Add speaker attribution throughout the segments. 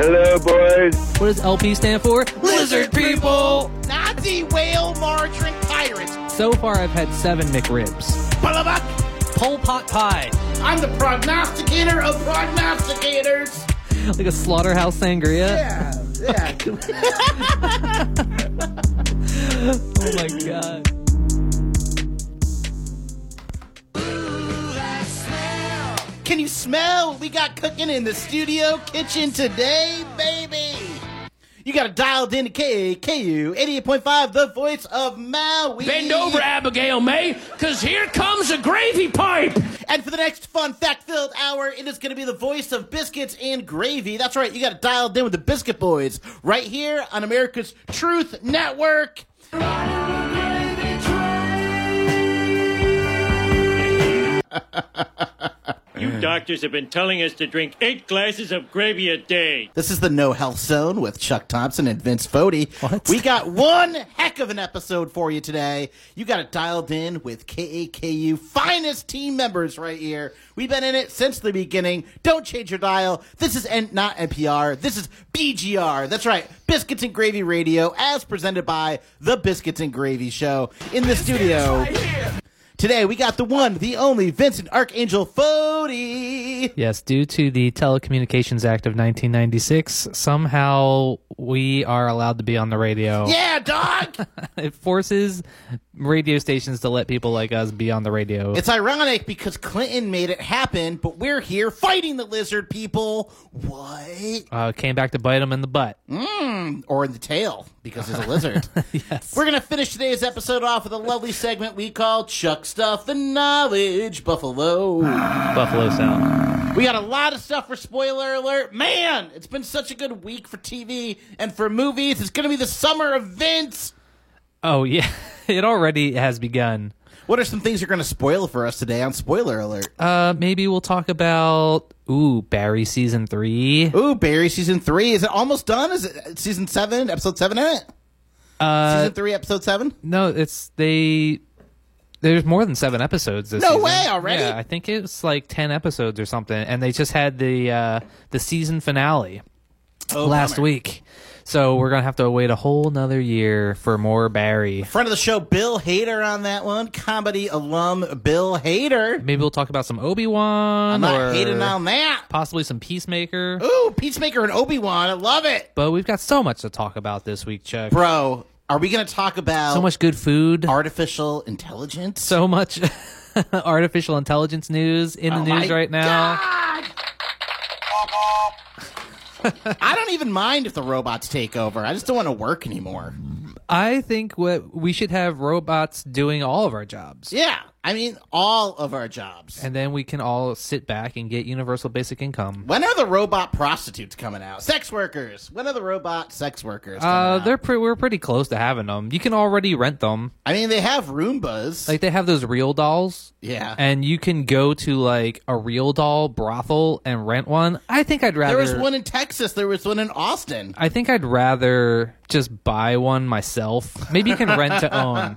Speaker 1: Hello, boys.
Speaker 2: What does LP stand for? Lizard people.
Speaker 3: Nazi whale margarine pirates.
Speaker 2: So far, I've had seven McRibs.
Speaker 3: Bullabuck.
Speaker 2: Pol pot pie,
Speaker 3: I'm the prognosticator of prognosticators.
Speaker 2: like a slaughterhouse sangria.
Speaker 3: Yeah, yeah.
Speaker 2: Oh my god.
Speaker 3: Can you smell what we got cooking in the studio kitchen today, baby? You got to dialed in to KKU 88.5, the voice of Maui.
Speaker 4: Bend over, Abigail May, because here comes a gravy pipe.
Speaker 3: And for the next fun fact filled hour, it is going to be the voice of biscuits and gravy. That's right, you got it dialed in with the Biscuit Boys right here on America's Truth Network.
Speaker 5: You doctors have been telling us to drink eight glasses of gravy a day.
Speaker 3: This is the No Health Zone with Chuck Thompson and Vince Fodi.
Speaker 2: What?
Speaker 3: We got one heck of an episode for you today. You got it dialed in with KAKU finest team members right here. We've been in it since the beginning. Don't change your dial. This is N- not NPR. This is BGR. That's right, Biscuits and Gravy Radio, as presented by the Biscuits and Gravy Show in the studio. Today we got the one, the only Vincent Archangel Fodi.
Speaker 2: Yes, due to the Telecommunications Act of 1996, somehow we are allowed to be on the radio.
Speaker 3: Yeah, dog.
Speaker 2: It forces radio stations to let people like us be on the radio.
Speaker 3: It's ironic because Clinton made it happen, but we're here fighting the lizard people. What?
Speaker 2: uh, came back to bite them in the butt.
Speaker 3: Or in the tail because he's a lizard.
Speaker 2: Yes.
Speaker 3: We're going to finish today's episode off with a lovely segment we call Chuck Stuff the Knowledge Buffalo.
Speaker 2: Buffalo sound.
Speaker 3: We got a lot of stuff for spoiler alert. Man, it's been such a good week for TV and for movies. It's going to be the summer of Vince.
Speaker 2: Oh yeah, it already has begun.
Speaker 3: What are some things you're going to spoil for us today on spoiler alert?
Speaker 2: Uh, maybe we'll talk about ooh Barry season three.
Speaker 3: Ooh, Barry season three. Is it almost done? Is it season seven, episode seven in it?
Speaker 2: Uh,
Speaker 3: season three, episode seven?
Speaker 2: no, it's they. There's more than seven episodes this
Speaker 3: No
Speaker 2: season.
Speaker 3: way, already?
Speaker 2: Yeah, I think it was like ten episodes or something, and they just had the uh, the season finale Oh,
Speaker 3: Oh,
Speaker 2: last week. So we're gonna have to wait a whole nother year for more Barry.
Speaker 3: Friend of the show, Bill Hader on that one. Comedy alum, Bill Hader.
Speaker 2: Maybe we'll talk about some Obi Wan
Speaker 3: I'm
Speaker 2: or
Speaker 3: not hating on Oh. that.
Speaker 2: possibly some Peacemaker.
Speaker 3: Ooh, Peacemaker and Obi Wan. I love it.
Speaker 2: But we've got so much to talk about this week, Chuck.
Speaker 3: Bro, are we going to talk about
Speaker 2: So much good food.
Speaker 3: artificial intelligence?
Speaker 2: so much artificial intelligence news in the news
Speaker 3: Oh my
Speaker 2: right now.
Speaker 3: I don't even mind if the robots take over. I just don't want to work anymore.
Speaker 2: I think what we should have robots doing all of our jobs.
Speaker 3: Yeah. I mean, all of our jobs.
Speaker 2: And then we can all sit back and get universal basic income.
Speaker 3: when are the robot prostitutes coming out? Sex workers. When are the robot sex workers? Coming
Speaker 2: Uh,
Speaker 3: out?
Speaker 2: they're pre- we're pretty close to having them. You can already rent them.
Speaker 3: I mean, they have Roombas.
Speaker 2: Like they have those real dolls,
Speaker 3: yeah.
Speaker 2: and you can go to like a real doll brothel and rent one. I think I'd rather.
Speaker 3: There was one in Texas. There was one in Austin.
Speaker 2: I think I'd rather just buy one myself. Maybe you can rent to own.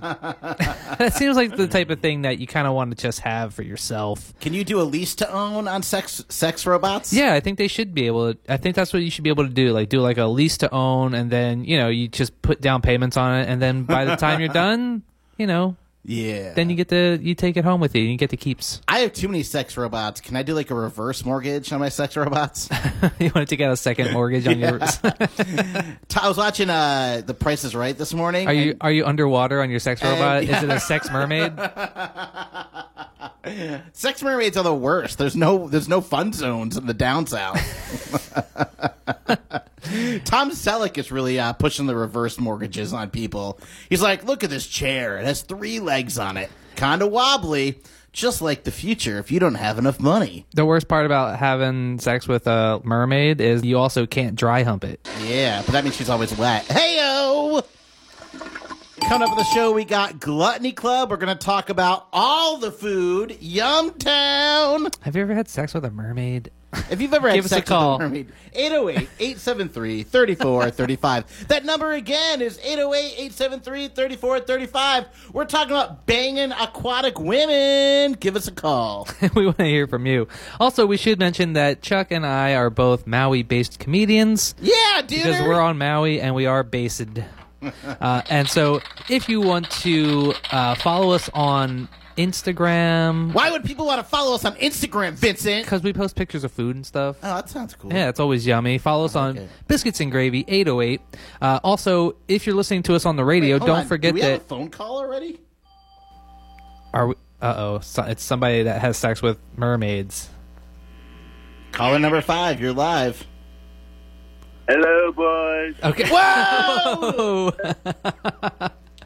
Speaker 2: that seems like the type of thing that you kind of want to just have for yourself.
Speaker 3: Can you do a lease to own on sex sex robots?
Speaker 2: Yeah, I think they should be able to. I think that's what you should be able to do. Like, do like a lease to own, and then, you know, you just put down payments on it, and then by the time you're done, you know,
Speaker 3: Yeah.
Speaker 2: then you get to, you take it home with you and you get the keeps.
Speaker 3: I have too many sex robots. Can I do like a reverse mortgage on my sex robots?
Speaker 2: you want to take out a second mortgage on your.
Speaker 3: T- I was watching uh The Price is Right this morning.
Speaker 2: Are you, are you underwater on your sex robot? Is it a sex mermaid?
Speaker 3: Sex mermaids are the worst. There's no there's no fun zones in the down south. Tom Selleck is really uh, pushing the reverse mortgages on people. He's like, look at this chair. It has three legs on it. Kinda wobbly. Just like the future if you don't have enough money.
Speaker 2: The worst part about having sex with a mermaid is you also can't dry hump it.
Speaker 3: Yeah, but that means she's always wet. Heyo! Coming up on the show, we got Gluttony Club. We're going to talk about all the food. Yum Town.
Speaker 2: Have you ever had sex with a mermaid?
Speaker 3: If you've ever had
Speaker 2: Give us
Speaker 3: sex
Speaker 2: a call.
Speaker 3: with a mermaid, 808-873-3435. that number again is 808-873-3435. We're talking about banging aquatic women. Give us a call.
Speaker 2: we want to hear from you. Also, we should mention that Chuck and I are both Maui based comedians.
Speaker 3: Yeah, dude.
Speaker 2: because we're on Maui and we are based. Uh, and so, if you want to uh, follow us on Instagram,
Speaker 3: Why would people want to follow us on Instagram, Vincent?
Speaker 2: because we post pictures of food and stuff. Oh,
Speaker 3: Oh, that sounds cool.
Speaker 2: Yeah, it's always yummy. Follow us on
Speaker 3: it.
Speaker 2: Biscuits and Gravy 808. Uh, also, if you're listening to us on the radio,
Speaker 3: Hold
Speaker 2: don't
Speaker 3: on,
Speaker 2: forget
Speaker 3: do we
Speaker 2: that.
Speaker 3: have a phone call already?
Speaker 2: are we, uh-oh, so, it's somebody that has sex with mermaids.
Speaker 3: Caller number five, you're live.
Speaker 1: Hello, boys.
Speaker 2: Okay.
Speaker 3: Whoa!
Speaker 2: Oh,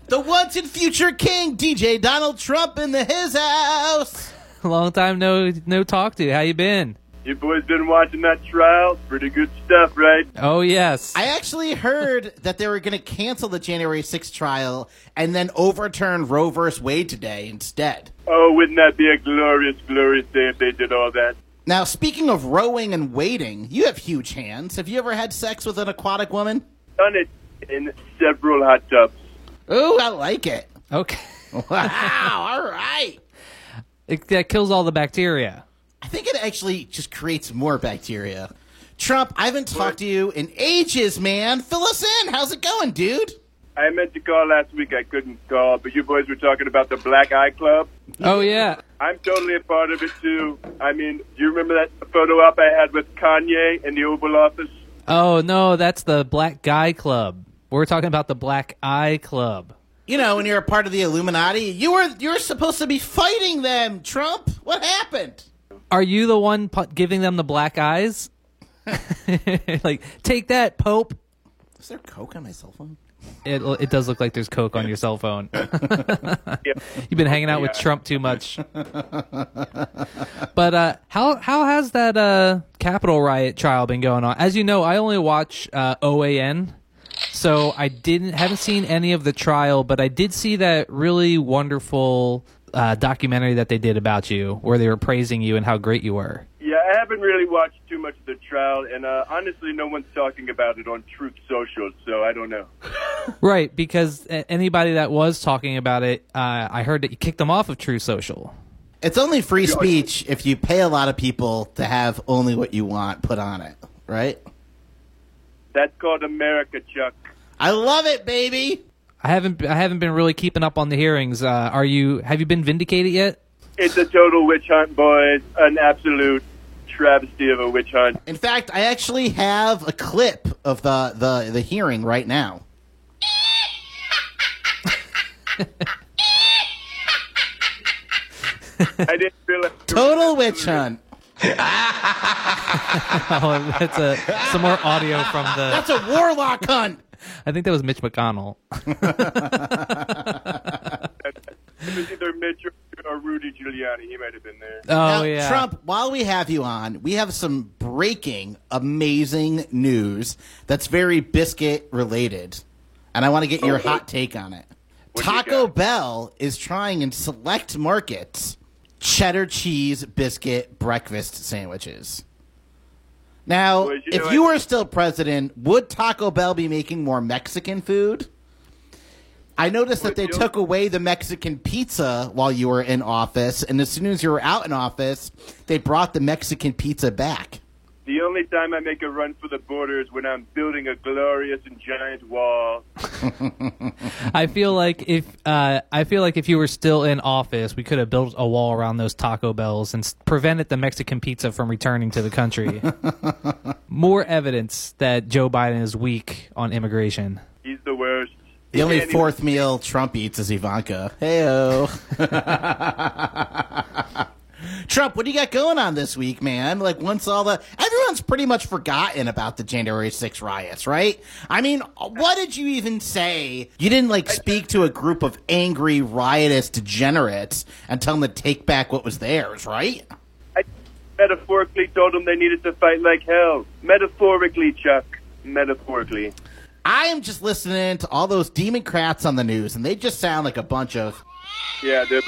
Speaker 3: the once and future king, DJ Donald Trump, in the his house.
Speaker 2: long time no no talk to you. How you been?
Speaker 1: You boys been watching that trial? Pretty good stuff, right?
Speaker 2: Oh yes.
Speaker 3: I actually heard that they were going to cancel the January 6th trial and then overturn Roe vs. Wade today instead.
Speaker 1: Oh, wouldn't that be a glorious, glorious day if they did all that?
Speaker 3: Now, speaking of rowing and waiting, you have huge hands. Have you ever had sex with an aquatic woman?
Speaker 1: Done it in several hot tubs.
Speaker 3: Ooh, I like it.
Speaker 2: okay.
Speaker 3: Wow, all right.
Speaker 2: It, that kills all the bacteria.
Speaker 3: I think it actually just creates more bacteria. Trump, I haven't talked to you in ages, man. Fill us in. How's it going, dude?
Speaker 1: I meant to call last week. I couldn't call, but you boys were talking about the Black Eye Club.
Speaker 2: Oh yeah.
Speaker 1: I'm totally a part of it, too. I mean, do you remember that photo op I had with Kanye in the Oval Office?
Speaker 2: Oh no, that's the Black Guy Club. We're talking about the Black Eye Club.
Speaker 3: You know, when you're a part of the Illuminati, you were you were supposed to be fighting them, Trump. What happened?
Speaker 2: Are you the one pu- giving them the black eyes? like, take that, Pope.
Speaker 3: Is there coke on my cell phone?
Speaker 2: It it does look like there's coke on your cell phone.
Speaker 1: Yep.
Speaker 2: You've been hanging out with
Speaker 1: Yeah.
Speaker 2: Trump too much. but uh, how how has that uh, Capitol riot trial been going on? As you know, I only watch uh, OAN, so I didn't haven't seen any of the trial, but I did see that really wonderful uh, documentary that they did about you, where they were praising you and how great you were.
Speaker 1: Yeah, I haven't really watched too much of the trial, and uh, honestly, no one's talking about it on Truth Social, so I don't know.
Speaker 2: Right, because a- anybody that was talking about it, uh, I heard that you kicked them off of True Social.
Speaker 3: It's only free speech if you pay a lot of people to have only what you want put on it, right?
Speaker 1: That's called America, Chuck.
Speaker 3: I love it, baby.
Speaker 2: I haven't I haven't been really keeping up on the hearings. Uh, are you? Have you been vindicated yet?
Speaker 1: It's a total witch hunt, boys. An absolute travesty of a witch hunt.
Speaker 3: In fact, I actually have a clip of the the, the hearing right now.
Speaker 1: I didn't feel like
Speaker 3: Total witch hunt.
Speaker 2: Oh, that's a some more audio from the.
Speaker 3: That's a warlock hunt.
Speaker 2: I think that was Mitch McConnell.
Speaker 1: it was either Mitch or, or Rudy Giuliani. He might have been there.
Speaker 2: Oh
Speaker 3: now,
Speaker 2: yeah,
Speaker 3: Trump, while we have you on, we have some breaking, amazing news that's very biscuit related. And I want to get your hot take on it.
Speaker 1: What you
Speaker 3: Taco
Speaker 1: got?
Speaker 3: Bell is trying in select markets cheddar cheese biscuit breakfast sandwiches. Now,
Speaker 1: Boys, you know
Speaker 3: if
Speaker 1: I-
Speaker 3: you were still president, would Taco Bell be making more Mexican food? I noticed that they
Speaker 1: Would you?
Speaker 3: took away the Mexican pizza while you were in office, and as soon as you were out in office, they brought the Mexican pizza back.
Speaker 1: The only time I make a run for the border is when I'm building a glorious and giant wall.
Speaker 2: I feel like if uh, I feel like if you were still in office, we could have built a wall around those Taco Bells and s- prevented the Mexican pizza from returning to the country. More evidence that Joe Biden is weak on immigration.
Speaker 1: He's the worst.
Speaker 3: The only
Speaker 1: Anyway,
Speaker 3: fourth meal Trump eats is Ivanka. Heyo. Trump, what do you got going on this week, man? Like once all the everyone's pretty much forgotten about the January 6 riots, right? I mean, what did you even say? You didn't like speak to a group of angry riotous degenerates and tell them to take back what was theirs, right?
Speaker 1: I metaphorically told them they needed to fight like hell. Metaphorically, Chuck. Metaphorically.
Speaker 3: I am just listening to all those Democrats on the news and they just sound like a bunch of
Speaker 1: Yeah, they're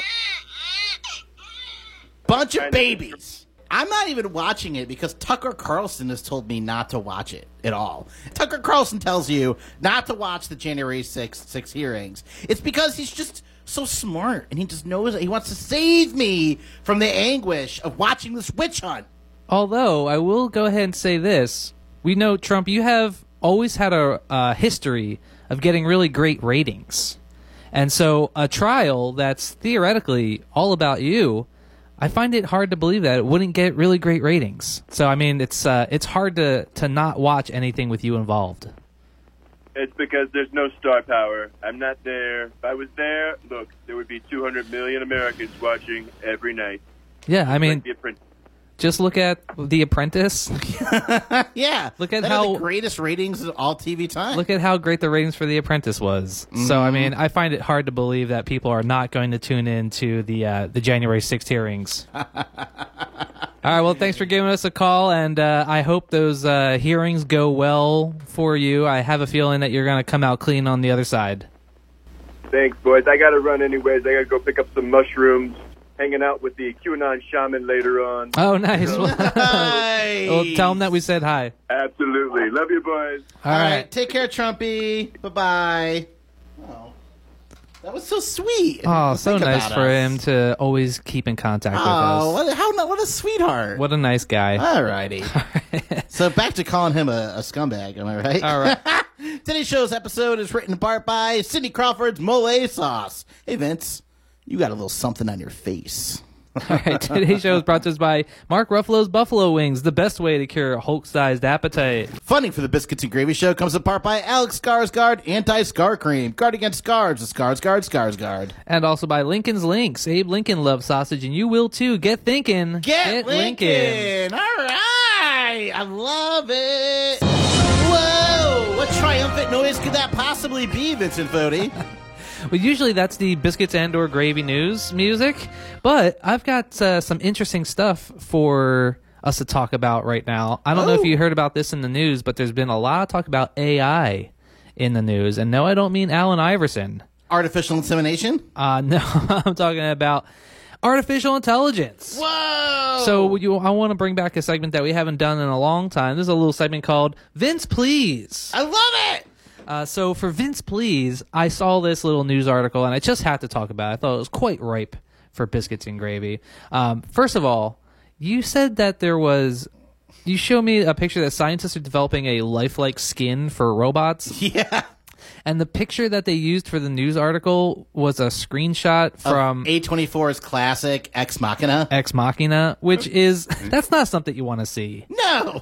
Speaker 3: bunch
Speaker 1: I
Speaker 3: of
Speaker 1: know.
Speaker 3: babies. I'm not even watching it because Tucker Carlson has told me not to watch it at all. Tucker Carlson tells you not to watch the January 6th six hearings. It's because he's just so smart and he just knows he wants to save me from the anguish of watching this witch hunt.
Speaker 2: Although I will go ahead and say this, we know Trump. You have always had a uh, history of getting really great ratings, and so a trial that's theoretically all about you, I find it hard to believe that it wouldn't get really great ratings. So I mean, it's uh, it's hard to to not watch anything with you involved.
Speaker 1: It's because there's no star power. I'm not there. If I was there, look, there would be 200 million Americans watching every night.
Speaker 2: Yeah, I mean,
Speaker 1: Might be a print-
Speaker 2: just look at The Apprentice.
Speaker 3: Yeah.
Speaker 2: Look at
Speaker 3: that had
Speaker 2: how-
Speaker 3: the greatest ratings of all TV time.
Speaker 2: Look at how great the ratings for The Apprentice was. So
Speaker 3: Mm-hmm.
Speaker 2: I mean, I find it hard to believe that people are not going to tune in to the uh, the January 6th hearings. All right. Well, thanks for giving us a call, and uh, I hope those uh, hearings go well for you. I have a feeling that you're going to come out clean on the other side.
Speaker 1: Thanks, boys. I gotta run anyways. I gotta go pick up some mushrooms. Hanging out with the QAnon shaman later on.
Speaker 2: Oh, nice. well,
Speaker 3: Nice.
Speaker 2: tell them that we said hi.
Speaker 1: Absolutely. Love you, boys.
Speaker 3: All
Speaker 2: All
Speaker 3: right.
Speaker 2: right.
Speaker 3: Take care, Trumpy. Bye bye. Oh, that was so sweet.
Speaker 2: Oh,
Speaker 3: Think
Speaker 2: so nice
Speaker 3: about
Speaker 2: for
Speaker 3: us.
Speaker 2: him to always keep in contact with
Speaker 3: Oh,
Speaker 2: us.
Speaker 3: what, how no- what a sweetheart.
Speaker 2: What a nice guy.
Speaker 3: Alrighty. so back to calling him a, a scumbag, am I right?
Speaker 2: All right.
Speaker 3: Today's show's episode is written in part by Cindy Crawford's Mole Sauce. Hey, Vince, you got a little something on your face.
Speaker 2: All right, today's show is brought to us by Mark Ruffalo's Buffalo Wings, the best way to cure a Hulk-sized appetite.
Speaker 3: Funding for the Biscuits and Gravy Show comes apart by Alex Skarsgård Anti-Scar Cream. Guard against scars, the Skarsgård Skarsgård.
Speaker 2: And also by Lincoln's Links. Abe Lincoln loves sausage, and you will too. Get thinking.
Speaker 3: Get, Lincoln. All right. I love it. Whoa. What triumphant noise could that possibly be, Vincent Fodi?
Speaker 2: Well, usually that's the biscuits and or gravy news music, but I've got uh, some interesting stuff for us to talk about right now. I don't know if
Speaker 3: Oh.
Speaker 2: you heard about this in the news, but there's been a lot of talk about AI in the news. And no, I don't mean Alan Iverson.
Speaker 3: Artificial insemination?
Speaker 2: Uh, no, I'm talking about artificial intelligence.
Speaker 3: Whoa.
Speaker 2: So you, I want to bring back a segment that we haven't done in a long time. There's a little segment called Vince Please.
Speaker 3: I love it.
Speaker 2: Uh, so for Vince Please, I saw this little news article and I just had to talk about it. I thought it was quite ripe for biscuits and gravy. Um, first of all, you said that there was. You show me a picture that scientists are developing a lifelike skin for robots,
Speaker 3: Yeah.
Speaker 2: and the picture that they used for the news article was a screenshot from
Speaker 3: A24's classic Ex Machina.
Speaker 2: Ex Machina, which is that's not something you want to see.
Speaker 3: No.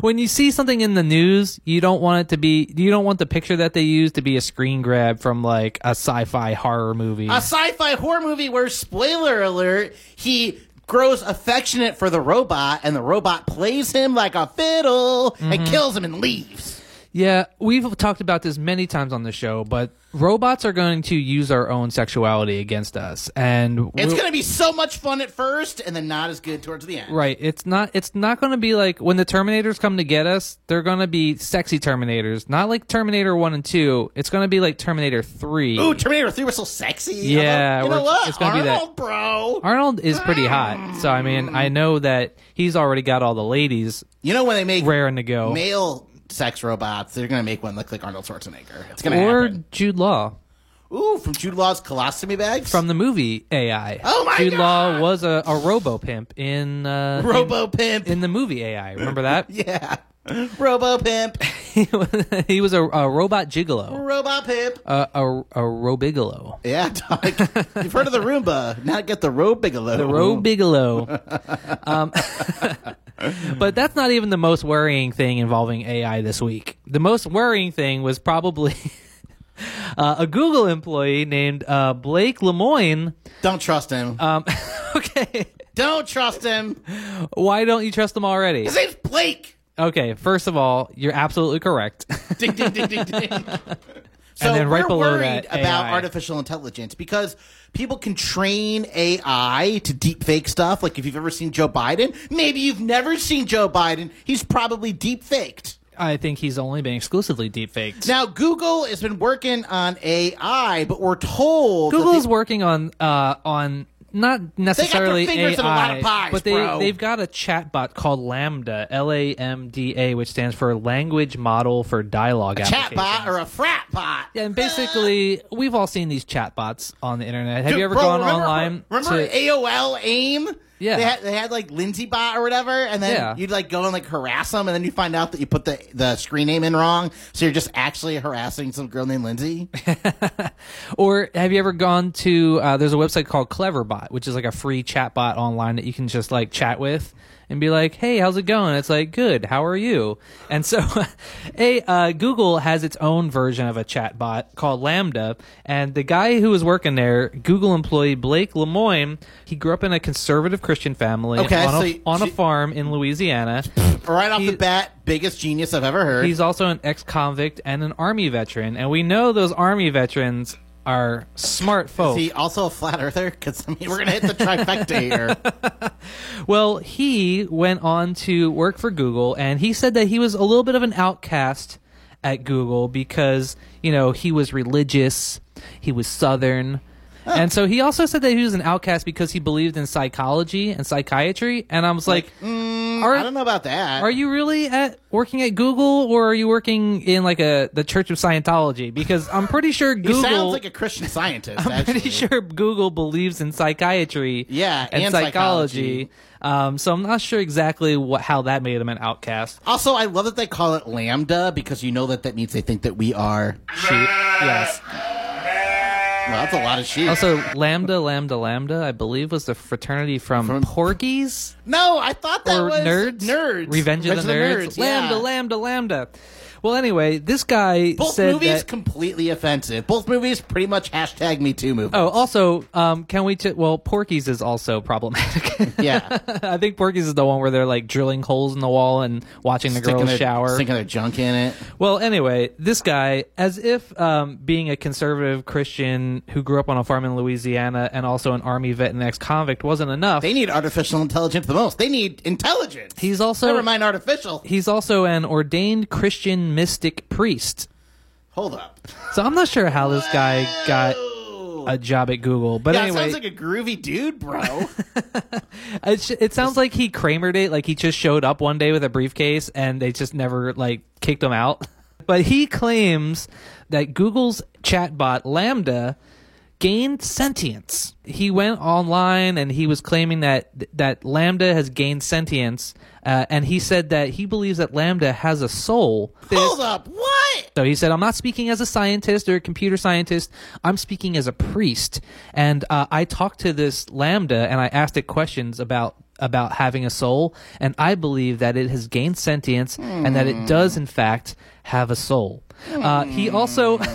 Speaker 2: when you see something in the news, you don't want it to be you don't want the picture that they use to be a screen grab from like a sci-fi horror movie.
Speaker 3: a sci-fi horror movie where spoiler alert he grows affectionate for the robot and the robot plays him like a fiddle and kills him and leaves.
Speaker 2: yeah, we've talked about this many times on the show, but robots are going to use our own sexuality against us and
Speaker 3: It's
Speaker 2: we'll-
Speaker 3: going to be so much fun at first and then not as good towards the end.
Speaker 2: Right, it's not. It's not going to be like when the Terminators come to get us. They're going to be sexy Terminators, not like Terminator One and Two. It's going to be like Terminator Three.
Speaker 3: Ooh, Terminator 3 was so sexy.
Speaker 2: Yeah,
Speaker 3: you know
Speaker 2: we're-
Speaker 3: what?
Speaker 2: it's gonna be that-
Speaker 3: Arnold, bro.
Speaker 2: Arnold is pretty hot, so I mean, I know that he's already got all the ladies
Speaker 3: You know when they make
Speaker 2: raring to go.
Speaker 3: male sex robots, they're going to make one look like Arnold Schwarzenegger. It's going to
Speaker 2: or
Speaker 3: happen.
Speaker 2: Jude Law
Speaker 3: Ooh, from Jude Law's colostomy bags?
Speaker 2: from the movie AI.
Speaker 3: Oh my
Speaker 2: Jude Law
Speaker 3: God!
Speaker 2: was a, a robo pimp in uh,
Speaker 3: Robo Pimp.
Speaker 2: in, in the movie AI. Remember that?
Speaker 3: yeah. Robo Pimp.
Speaker 2: he, was, he was a, a robot gigolo,
Speaker 3: Robot Pimp.
Speaker 2: a a, a robigolo.
Speaker 3: Yeah, Doc. You've heard of the Roomba. Now get the Roe Bigelow.
Speaker 2: The Roe Bigelow. um, but that's not even the most worrying thing involving AI this week. The most worrying thing was probably uh, a Google employee named uh, Blake Lemoine.
Speaker 3: Don't trust him.
Speaker 2: Um, okay.
Speaker 3: Don't trust him.
Speaker 2: Why don't you trust them already?
Speaker 3: His name's Blake.
Speaker 2: Okay, first of all, you're absolutely correct.
Speaker 3: Ding, ding, ding, ding, ding. So
Speaker 2: And then right
Speaker 3: we're
Speaker 2: below
Speaker 3: worried
Speaker 2: that,
Speaker 3: about
Speaker 2: AI.
Speaker 3: artificial intelligence because people can train AI to deep fake stuff. Like if you've ever seen Joe Biden, maybe you've never seen Joe Biden. He's probably deep faked.
Speaker 2: I think he's only been exclusively deepfaked.
Speaker 3: Now Google has been working on AI, but we're told that
Speaker 2: Google
Speaker 3: the-
Speaker 2: is working on uh, on not necessarily
Speaker 3: fingers in a
Speaker 2: AI,
Speaker 3: lot of pies,
Speaker 2: but they
Speaker 3: bro.
Speaker 2: they've got a chatbot called Lambda, L A M D A, which stands for Language Model for Dialogue.
Speaker 3: chatbot
Speaker 2: Applications.
Speaker 3: or a frat pot.
Speaker 2: Yeah, and basically, we've all seen these chatbots on the internet. Have you ever
Speaker 3: Bro,
Speaker 2: gone
Speaker 3: remember-
Speaker 2: online?
Speaker 3: Remember
Speaker 2: to-
Speaker 3: AOL AIM?
Speaker 2: Yeah.
Speaker 3: they had, they had like Lindsay Bot or whatever, and then
Speaker 2: Yeah.
Speaker 3: you'd like go and like harass them, and then you find out that you put the the screen name in wrong, so you're just actually harassing some girl named Lindsay.
Speaker 2: Or have you ever gone to? Uh, there's a website called Cleverbot, which is like a free chatbot online that you can just like chat with and be like, "Hey, how's it going?" It's like, "Good. How are you?" And so, a uh, Google has its own version of a chatbot called Lambda, and the guy who was working there, Google employee Blake Lemoine, he grew up in a conservative Christian family
Speaker 3: Okay,
Speaker 2: on,
Speaker 3: so
Speaker 2: a,
Speaker 3: you-
Speaker 2: on a
Speaker 3: so-
Speaker 2: farm in Louisiana.
Speaker 3: right off
Speaker 2: He-
Speaker 3: the bat, biggest genius I've ever heard.
Speaker 2: He's also an ex-convict and an army veteran, and we know those army veterans are smart
Speaker 3: Is
Speaker 2: folks.
Speaker 3: he also a flat earther? Because I mean, we're gonna hit the trifecta here.
Speaker 2: Well, he went on to work for Google, and he said that he was a little bit of an outcast at Google because, you know, he was religious, he was Southern. And so he also said that he was an outcast because he believed in psychology and psychiatry. And I was like, are,
Speaker 3: I don't know about that.
Speaker 2: are you really at working at Google or are you working in like a the Church of Scientology? Because I'm pretty sure
Speaker 3: he
Speaker 2: Google
Speaker 3: sounds like a Christian scientist.
Speaker 2: I'm
Speaker 3: actually.
Speaker 2: pretty sure Google believes in psychiatry.
Speaker 3: Yeah,
Speaker 2: and,
Speaker 3: and
Speaker 2: psychology. Um, so I'm not sure exactly what how that made him an outcast.
Speaker 3: Also, I love that they call it lambda because you know that that means they think that we are.
Speaker 2: She, yes.
Speaker 3: Well, that's a lot of sheep.
Speaker 2: Also, Lambda, Lambda, Lambda, I believe was the fraternity from, Porgies
Speaker 3: no, I thought that
Speaker 2: or
Speaker 3: was
Speaker 2: Nerds.
Speaker 3: Nerds.
Speaker 2: Revenge of the Nerds. Lambda,
Speaker 3: yeah.
Speaker 2: Lambda, Lambda. Well, anyway, this guy
Speaker 3: Both
Speaker 2: said
Speaker 3: movies
Speaker 2: that.
Speaker 3: completely offensive. Both movies pretty much hashtag Me Too movie.
Speaker 2: Oh, also, um, can we? T- well, Porky's is also problematic.
Speaker 3: yeah,
Speaker 2: I think Porky's is the one where they're like drilling holes in the wall and watching the girls
Speaker 3: their,
Speaker 2: shower,
Speaker 3: sticking their junk in it.
Speaker 2: Well, anyway, this guy, as if um, being a conservative Christian who grew up on a farm in Louisiana and also an army vet and ex convict wasn't enough,
Speaker 3: They need artificial intelligence the most. They need intelligence.
Speaker 2: he's also
Speaker 3: never mind artificial.
Speaker 2: he's also an ordained Christian mystic priest.
Speaker 3: Hold up.
Speaker 2: So I'm not sure how this guy got a job at Google, but
Speaker 3: Yeah, it
Speaker 2: anyway,
Speaker 3: sounds like a groovy dude, bro.
Speaker 2: it, Uh, sh- it sounds like he Kramered it. Like he just showed up one day with a briefcase and they just never like kicked him out. But he claims that Google's chatbot Lambda gained sentience. He went online and he was claiming that that Lambda has gained sentience, uh, and he said that he believes that Lambda has a soul.
Speaker 3: Hold up. What?
Speaker 2: So he said, I'm not speaking as a scientist or a computer scientist. I'm speaking as a priest. And uh, I talked to this lambda and I asked it questions about about having a soul. And I believe that it has gained sentience and that it does, in fact, have a soul. Uh, he also.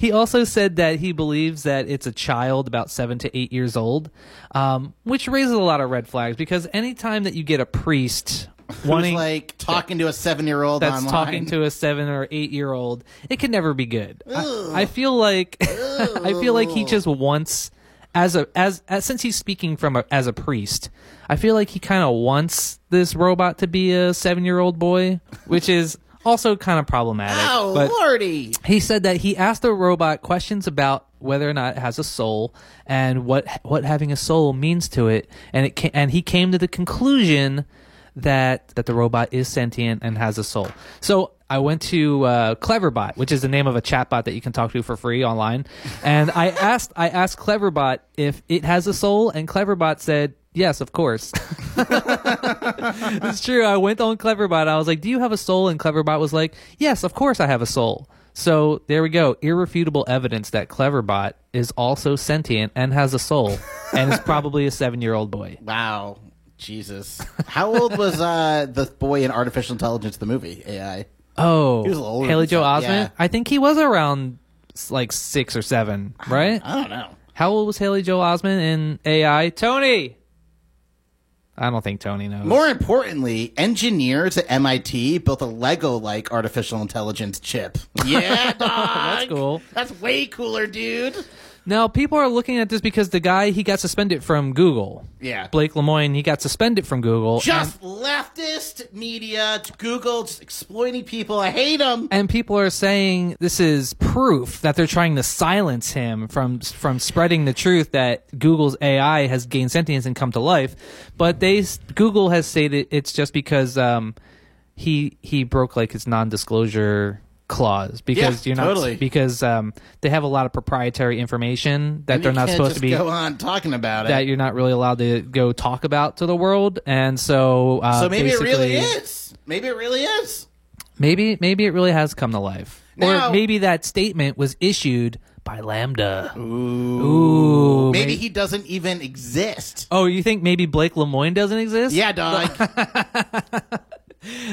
Speaker 2: He also said that he believes that it's a child about seven to eight years old, um, which raises a lot of red flags because anytime that you get a priest
Speaker 3: Who's
Speaker 2: wanting
Speaker 3: like talking to a seven-year-old
Speaker 2: that's
Speaker 3: online.
Speaker 2: talking to a seven or eight year old, it can never be good. I, I feel like I feel like he just wants as a as, as since he's speaking from a, as a priest, I feel like he kind of wants this robot to be a seven year old boy, which is also kind of problematic.
Speaker 3: Oh
Speaker 2: but
Speaker 3: lordy!
Speaker 2: he said that he asked the robot questions about whether or not it has a soul and what what having a soul means to it, and it ca- and he came to the conclusion that that the robot is sentient and has a soul. So I went to uh, Cleverbot, which is the name of a chatbot that you can talk to for free online, and I asked I asked Cleverbot if it has a soul, and Cleverbot said. Yes, of course. it's true. I went on Cleverbot. I was like, "Do you have a soul?" And Cleverbot was like, "Yes, of course I have a soul." So there we go. Irrefutable evidence that Cleverbot is also sentient and has a soul, and is probably a seven-year-old boy.
Speaker 3: Wow, Jesus! How old was uh, the boy in artificial intelligence? The movie AI.
Speaker 2: Oh,
Speaker 3: was a little older
Speaker 2: Haley
Speaker 3: than
Speaker 2: Joe
Speaker 3: that,
Speaker 2: Osment.
Speaker 3: yeah.
Speaker 2: I think he was around s- like six or seven, right?
Speaker 3: I don't know.
Speaker 2: How old was Haley Joe Osment in AI? Tony. I don't think Tony knows.
Speaker 3: More importantly, engineers at MIT built a Lego-like artificial intelligence chip. Yeah, dog.
Speaker 2: That's cool.
Speaker 3: That's way cooler, dude.
Speaker 2: Now people are looking at this because the guy he got suspended from Google.
Speaker 3: Yeah.
Speaker 2: Blake Lemoyne he got suspended from Google. and-
Speaker 3: Just leftist media, Google, just exploiting people. I hate them.
Speaker 2: and people are saying this is proof that they're trying to silence him from from spreading the truth that Google's AI has gained sentience and come to life. But they Google has stated it's just because um, he he broke like his non-disclosure clause because
Speaker 3: Yeah,
Speaker 2: you're not
Speaker 3: totally.
Speaker 2: because um, they have a lot of proprietary information that
Speaker 3: And
Speaker 2: they're
Speaker 3: you
Speaker 2: not
Speaker 3: can't
Speaker 2: supposed to
Speaker 3: just
Speaker 2: be
Speaker 3: go on talking about it.
Speaker 2: that you're not really allowed to go talk about to the world and so uh,
Speaker 3: so maybe it really
Speaker 2: basically-
Speaker 3: is. Maybe it really is.
Speaker 2: Maybe maybe it really has come to life.
Speaker 3: Now-
Speaker 2: or maybe that statement was issued by Lambda. Ooh.
Speaker 3: Maybe he doesn't even exist.
Speaker 2: Oh, you think maybe Blake Lemoyne doesn't exist?
Speaker 3: Yeah, dog.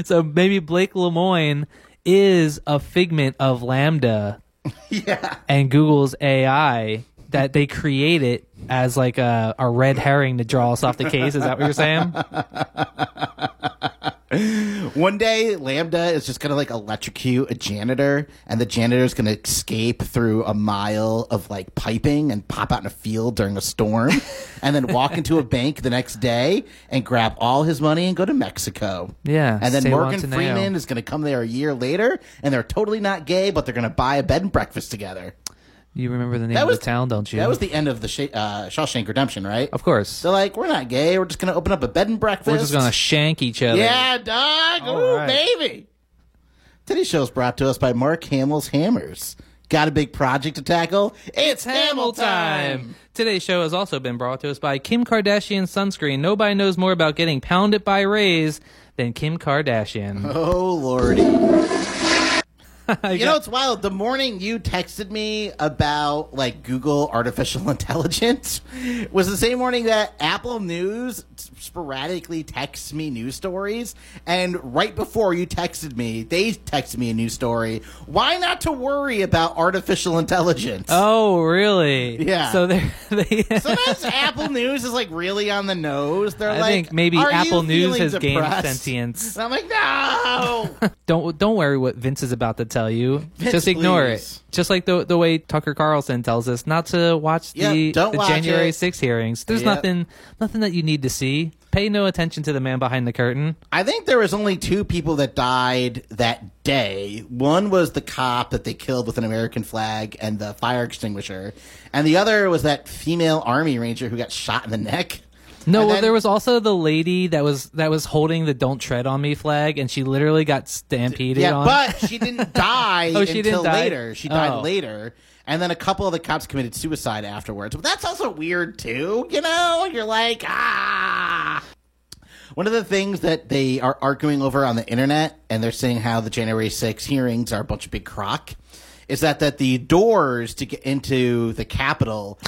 Speaker 2: So maybe Blake Lemoyne is a figment of Lambda
Speaker 3: yeah.
Speaker 2: and Google's AI that they created as like a, a red herring to draw us off the case. Is that what you're saying?
Speaker 3: One day, Lambda is just gonna like electrocute a janitor, and the janitor's gonna escape through a mile of like piping and pop out in a field during a storm, and then walk into a bank the next day and grab all his money and go to Mexico.
Speaker 2: Yeah,
Speaker 3: And then
Speaker 2: say
Speaker 3: Morgan
Speaker 2: Montaneo.
Speaker 3: Freeman is gonna come there a year later, and they're totally not gay, but they're gonna buy a bed and breakfast together.
Speaker 2: You remember the name
Speaker 3: That
Speaker 2: of
Speaker 3: was
Speaker 2: the town, don't you?
Speaker 3: That was the end of the Sha- uh, Shawshank Redemption, right?
Speaker 2: of course.
Speaker 3: So like, we're not gay. We're just gonna open up a bed and breakfast.
Speaker 2: We're just gonna shank each other.
Speaker 3: Yeah, dog.
Speaker 2: All
Speaker 3: Ooh,
Speaker 2: right.
Speaker 3: baby. Today's show is brought to us by Mark Hamill's Hammers. Got a big project to tackle? It's Hamill time.
Speaker 2: Today's show has also been brought to us by Kim Kardashian sunscreen. Nobody knows more about getting pounded by rays than Kim Kardashian.
Speaker 3: Oh, lordy.
Speaker 2: I
Speaker 3: You know, it's wild. The morning you texted me about, like, Google artificial intelligence was the same morning that Apple News sporadically texts me news stories. And right before you texted me, they texted me a news story. Why not to worry about artificial intelligence?
Speaker 2: oh, really?
Speaker 3: Yeah.
Speaker 2: So they're, they.
Speaker 3: Sometimes Apple News is like really on the nose. They're
Speaker 2: I
Speaker 3: like,
Speaker 2: think maybe
Speaker 3: "Are you
Speaker 2: Apple News
Speaker 3: feeling
Speaker 2: has gained
Speaker 3: depressed?"
Speaker 2: sentience.
Speaker 3: And I'm like, no.
Speaker 2: Don't don't worry what Vince is about to tell you.
Speaker 3: Vince,
Speaker 2: Just ignore
Speaker 3: please.
Speaker 2: it. Just like the the way Tucker Carlson tells us not to watch the,
Speaker 3: Yep, don't
Speaker 2: the
Speaker 3: watch
Speaker 2: January
Speaker 3: it.
Speaker 2: 6th hearings. There's
Speaker 3: Yep.
Speaker 2: nothing nothing that you need to see. Pay no attention to the man behind the curtain.
Speaker 3: I think there was only two people that died that day. One was the cop that they killed with an American flag and the fire extinguisher, and the other was that female Army Ranger who got shot in the neck.
Speaker 2: No,
Speaker 3: And
Speaker 2: well,
Speaker 3: then-
Speaker 2: there was also the lady that was that was holding the "Don't Tread on Me" flag, and she literally got stampeded
Speaker 3: Yeah,
Speaker 2: on.
Speaker 3: but she didn't die
Speaker 2: Oh,
Speaker 3: until
Speaker 2: she didn't die?
Speaker 3: later. She died
Speaker 2: Oh.
Speaker 3: later. And then a couple of the cops committed suicide afterwards. But that's also weird too, you know? You're like, ah. One of the things that they are arguing over on the internet, and they're saying how the January 6 hearings are a bunch of big crock, is that, that the doors to get into the Capitol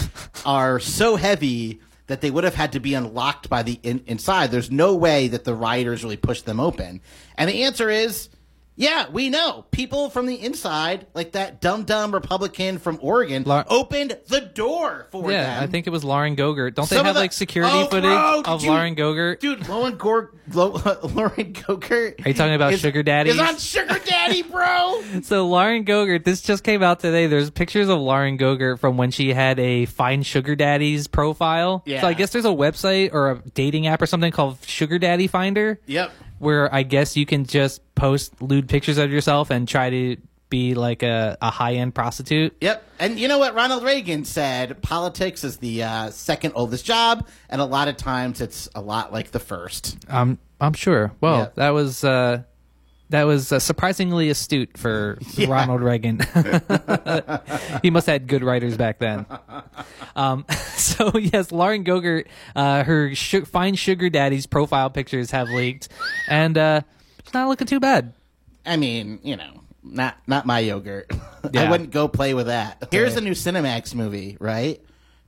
Speaker 3: are so heavy that they would have had to be unlocked by the in- inside. There's no way that the rioters really pushed them open. And the answer is yeah, we know. People from the inside, like that dumb dumb Republican from Oregon,
Speaker 2: Lar-
Speaker 3: opened the door for
Speaker 2: yeah,
Speaker 3: them.
Speaker 2: I think it was Lauren Gogurt. Don't
Speaker 3: Some
Speaker 2: they
Speaker 3: of
Speaker 2: have
Speaker 3: the-
Speaker 2: like security
Speaker 3: Oh,
Speaker 2: footage
Speaker 3: bro,
Speaker 2: of
Speaker 3: did you-
Speaker 2: Lauren Gogurt?
Speaker 3: Dude, Lauren Gor- Lo- Lauren Gogurt.
Speaker 2: Are you talking about
Speaker 3: is-
Speaker 2: sugar daddies?
Speaker 3: Is on Sugar Daddy, bro.
Speaker 2: So Lauren Gogurt, this just came out today. There's pictures of Lauren Gogurt from when she had a Find Sugar Daddies profile.
Speaker 3: Yeah.
Speaker 2: So I guess there's a website or a dating app or something called Sugar Daddy Finder.
Speaker 3: yep.
Speaker 2: where I guess you can just post lewd pictures of yourself and try to be like a, a high end prostitute.
Speaker 3: Yep. And you know what Ronald Reagan said? Politics is the uh, second oldest job, and a lot of times it's a lot like the first.
Speaker 2: I'm I'm sure. Well,
Speaker 3: Yeah.
Speaker 2: that was uh, that was uh, surprisingly astute for Ronald Reagan. he must have had good writers back then. Um, so yes, Lauren Gogurt, uh, her su- fine sugar daddy's profile pictures have leaked, and uh, it's not looking too bad.
Speaker 3: I mean, you know, not not my yogurt. I
Speaker 2: Yeah.
Speaker 3: wouldn't go play with that. Here's a new Cinemax movie, right?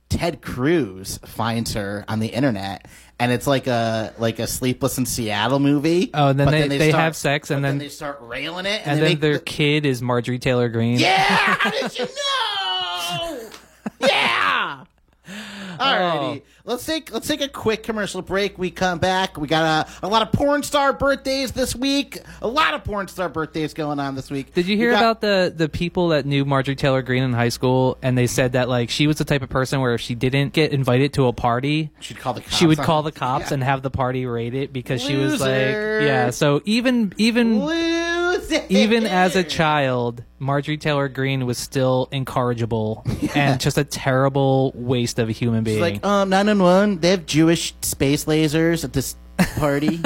Speaker 3: Ted Cruz finds her on the internet, and it's like a like a Sleepless in Seattle movie.
Speaker 2: Oh, and then
Speaker 3: but
Speaker 2: they- they have sex,
Speaker 3: but
Speaker 2: and then-
Speaker 3: they start railing it,
Speaker 2: And,
Speaker 3: they
Speaker 2: then
Speaker 3: make
Speaker 2: their
Speaker 3: the-
Speaker 2: kid is Marjorie Taylor Greene. Oh.
Speaker 3: yeah, how did you know? yeah. Alrighty. Let's take let's take a quick commercial break. We come back. We got a, a lot of porn star birthdays this week. A lot of porn star birthdays going on this week.
Speaker 2: Did you hear
Speaker 3: We got-
Speaker 2: about the the people that knew Marjorie Taylor Greene in high school, and they said that like she was the type of person where if she didn't get invited to a party,
Speaker 3: She'd call the cops
Speaker 2: She would
Speaker 3: on
Speaker 2: call
Speaker 3: her.
Speaker 2: the cops and have the party raid it because she was like,
Speaker 3: Loser.
Speaker 2: yeah. So even even
Speaker 3: Lose it.
Speaker 2: even as a child, Marjorie Taylor Greene was still incorrigible and just a terrible waste of a human being.
Speaker 3: It's like um nine one one. They have Jewish space lasers at this party.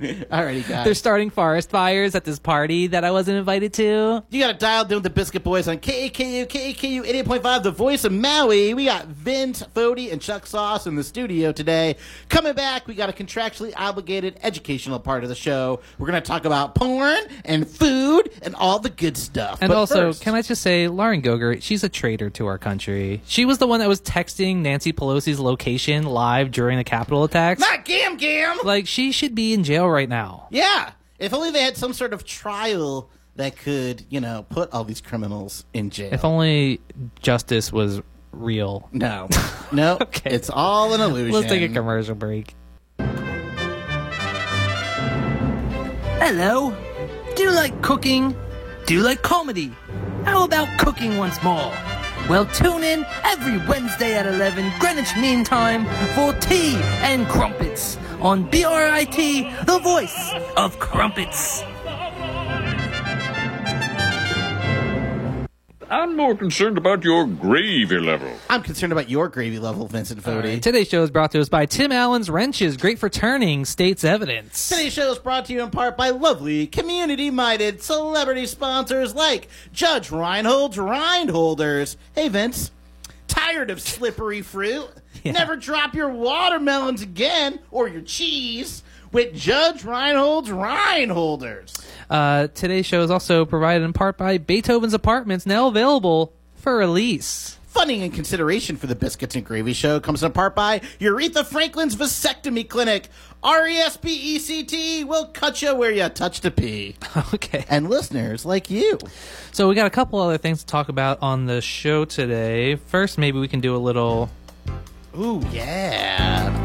Speaker 3: Alrighty, guys.
Speaker 2: They're starting forest fires at this party that I wasn't invited to.
Speaker 3: You got to dial down the Biscuit Boys on KAKU, KAKU 88.5, the voice of Maui. We got Vince Fodi and Chuck Sauce in the studio today. Coming back, we got a contractually obligated educational part of the show. We're going to talk about porn and food and all the good stuff.
Speaker 2: And
Speaker 3: But
Speaker 2: also,
Speaker 3: first-
Speaker 2: can I just say, Lauren Gogurt, she's a traitor to our country. She was the one that was texting Nancy Pelosi's location live during the Capitol attacks.
Speaker 3: Not Ah, Gam Gam!
Speaker 2: like, she should be in jail right now.
Speaker 3: Yeah. If only they had some sort of trial that could, you know, put all these criminals in jail.
Speaker 2: If only justice was real.
Speaker 3: no. No.
Speaker 2: Okay.
Speaker 3: It's all an illusion.
Speaker 2: Let's take a commercial break. Hello. Do you like cooking? Do you like comedy? How about cooking once more? Well, tune in every Wednesday at 11 Greenwich Mean Time for Tea and Crumpets on BRIT, the voice of crumpets.
Speaker 6: I'm more concerned about your gravy level.
Speaker 3: I'm concerned about your gravy level, Vincent Fodi.
Speaker 2: Today's show is brought to us by Tim Allen's Wrenches, great for turning state's evidence.
Speaker 3: Today's show is brought to you in part by lovely, community minded celebrity sponsors like Judge Reinhold Reinholders. Hey, Vince. Tired of slippery fruit? Never drop your watermelons again or your cheese with Judge Reinhold's Reinholders.
Speaker 2: Uh, today's show is also provided in part by Beethoven's Apartments, now available for release.
Speaker 3: Funding and consideration for the Biscuits and Gravy Show comes in part by Uretha Franklin's Vasectomy Clinic. R E S P E C T will cut you where you touch to pee.
Speaker 2: Okay.
Speaker 3: And listeners like you.
Speaker 2: So we got a couple other things to talk about on the show today. First, maybe we can do a little
Speaker 3: Ooh, yeah.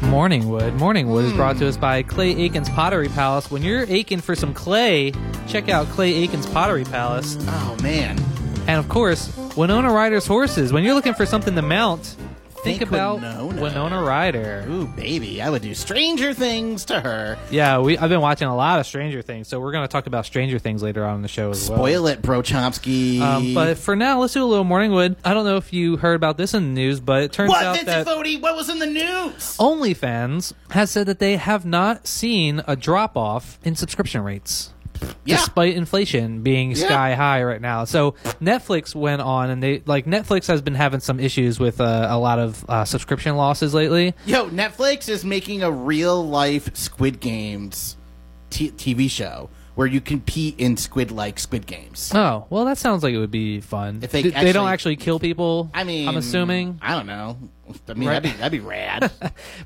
Speaker 2: Morningwood. Morningwood is brought to us by Clay Aiken's Pottery Palace. When you're aching for some clay, check out Clay Aiken's Pottery Palace.
Speaker 3: Oh man,
Speaker 2: And of course, Winona Ryder's horses. When you're looking for something to mount, think,
Speaker 3: Think
Speaker 2: about
Speaker 3: Winona.
Speaker 2: Winona Ryder.
Speaker 3: ooh baby, I would do Stranger Things to her.
Speaker 2: Yeah, we, I've been watching a lot of Stranger Things, so we're going to talk about Stranger Things later on in the show as well.
Speaker 3: Spoil it, Bro Chomsky.
Speaker 2: Um, but for now, let's do a little Morningwood. I don't know if you heard about this in the news, but it turns
Speaker 3: what,
Speaker 2: out
Speaker 3: Vincent
Speaker 2: that
Speaker 3: Fodi? What was in the news?
Speaker 2: OnlyFans has said that they have not seen a drop off in subscription rates.
Speaker 3: yeah,
Speaker 2: Despite inflation being sky high right now, so Netflix went on and they like Netflix has been having some issues with uh, a lot of uh, subscription losses lately.
Speaker 3: yo, Netflix is making a real life Squid Games t- TV show where you compete in squid like Squid Games.
Speaker 2: Oh well, that sounds like it would be fun.
Speaker 3: If they
Speaker 2: D- they don't actually
Speaker 3: actually-
Speaker 2: kill people,
Speaker 3: I mean,
Speaker 2: I'm assuming,
Speaker 3: I don't know. I mean,
Speaker 2: Right.
Speaker 3: that'd be that'd be rad.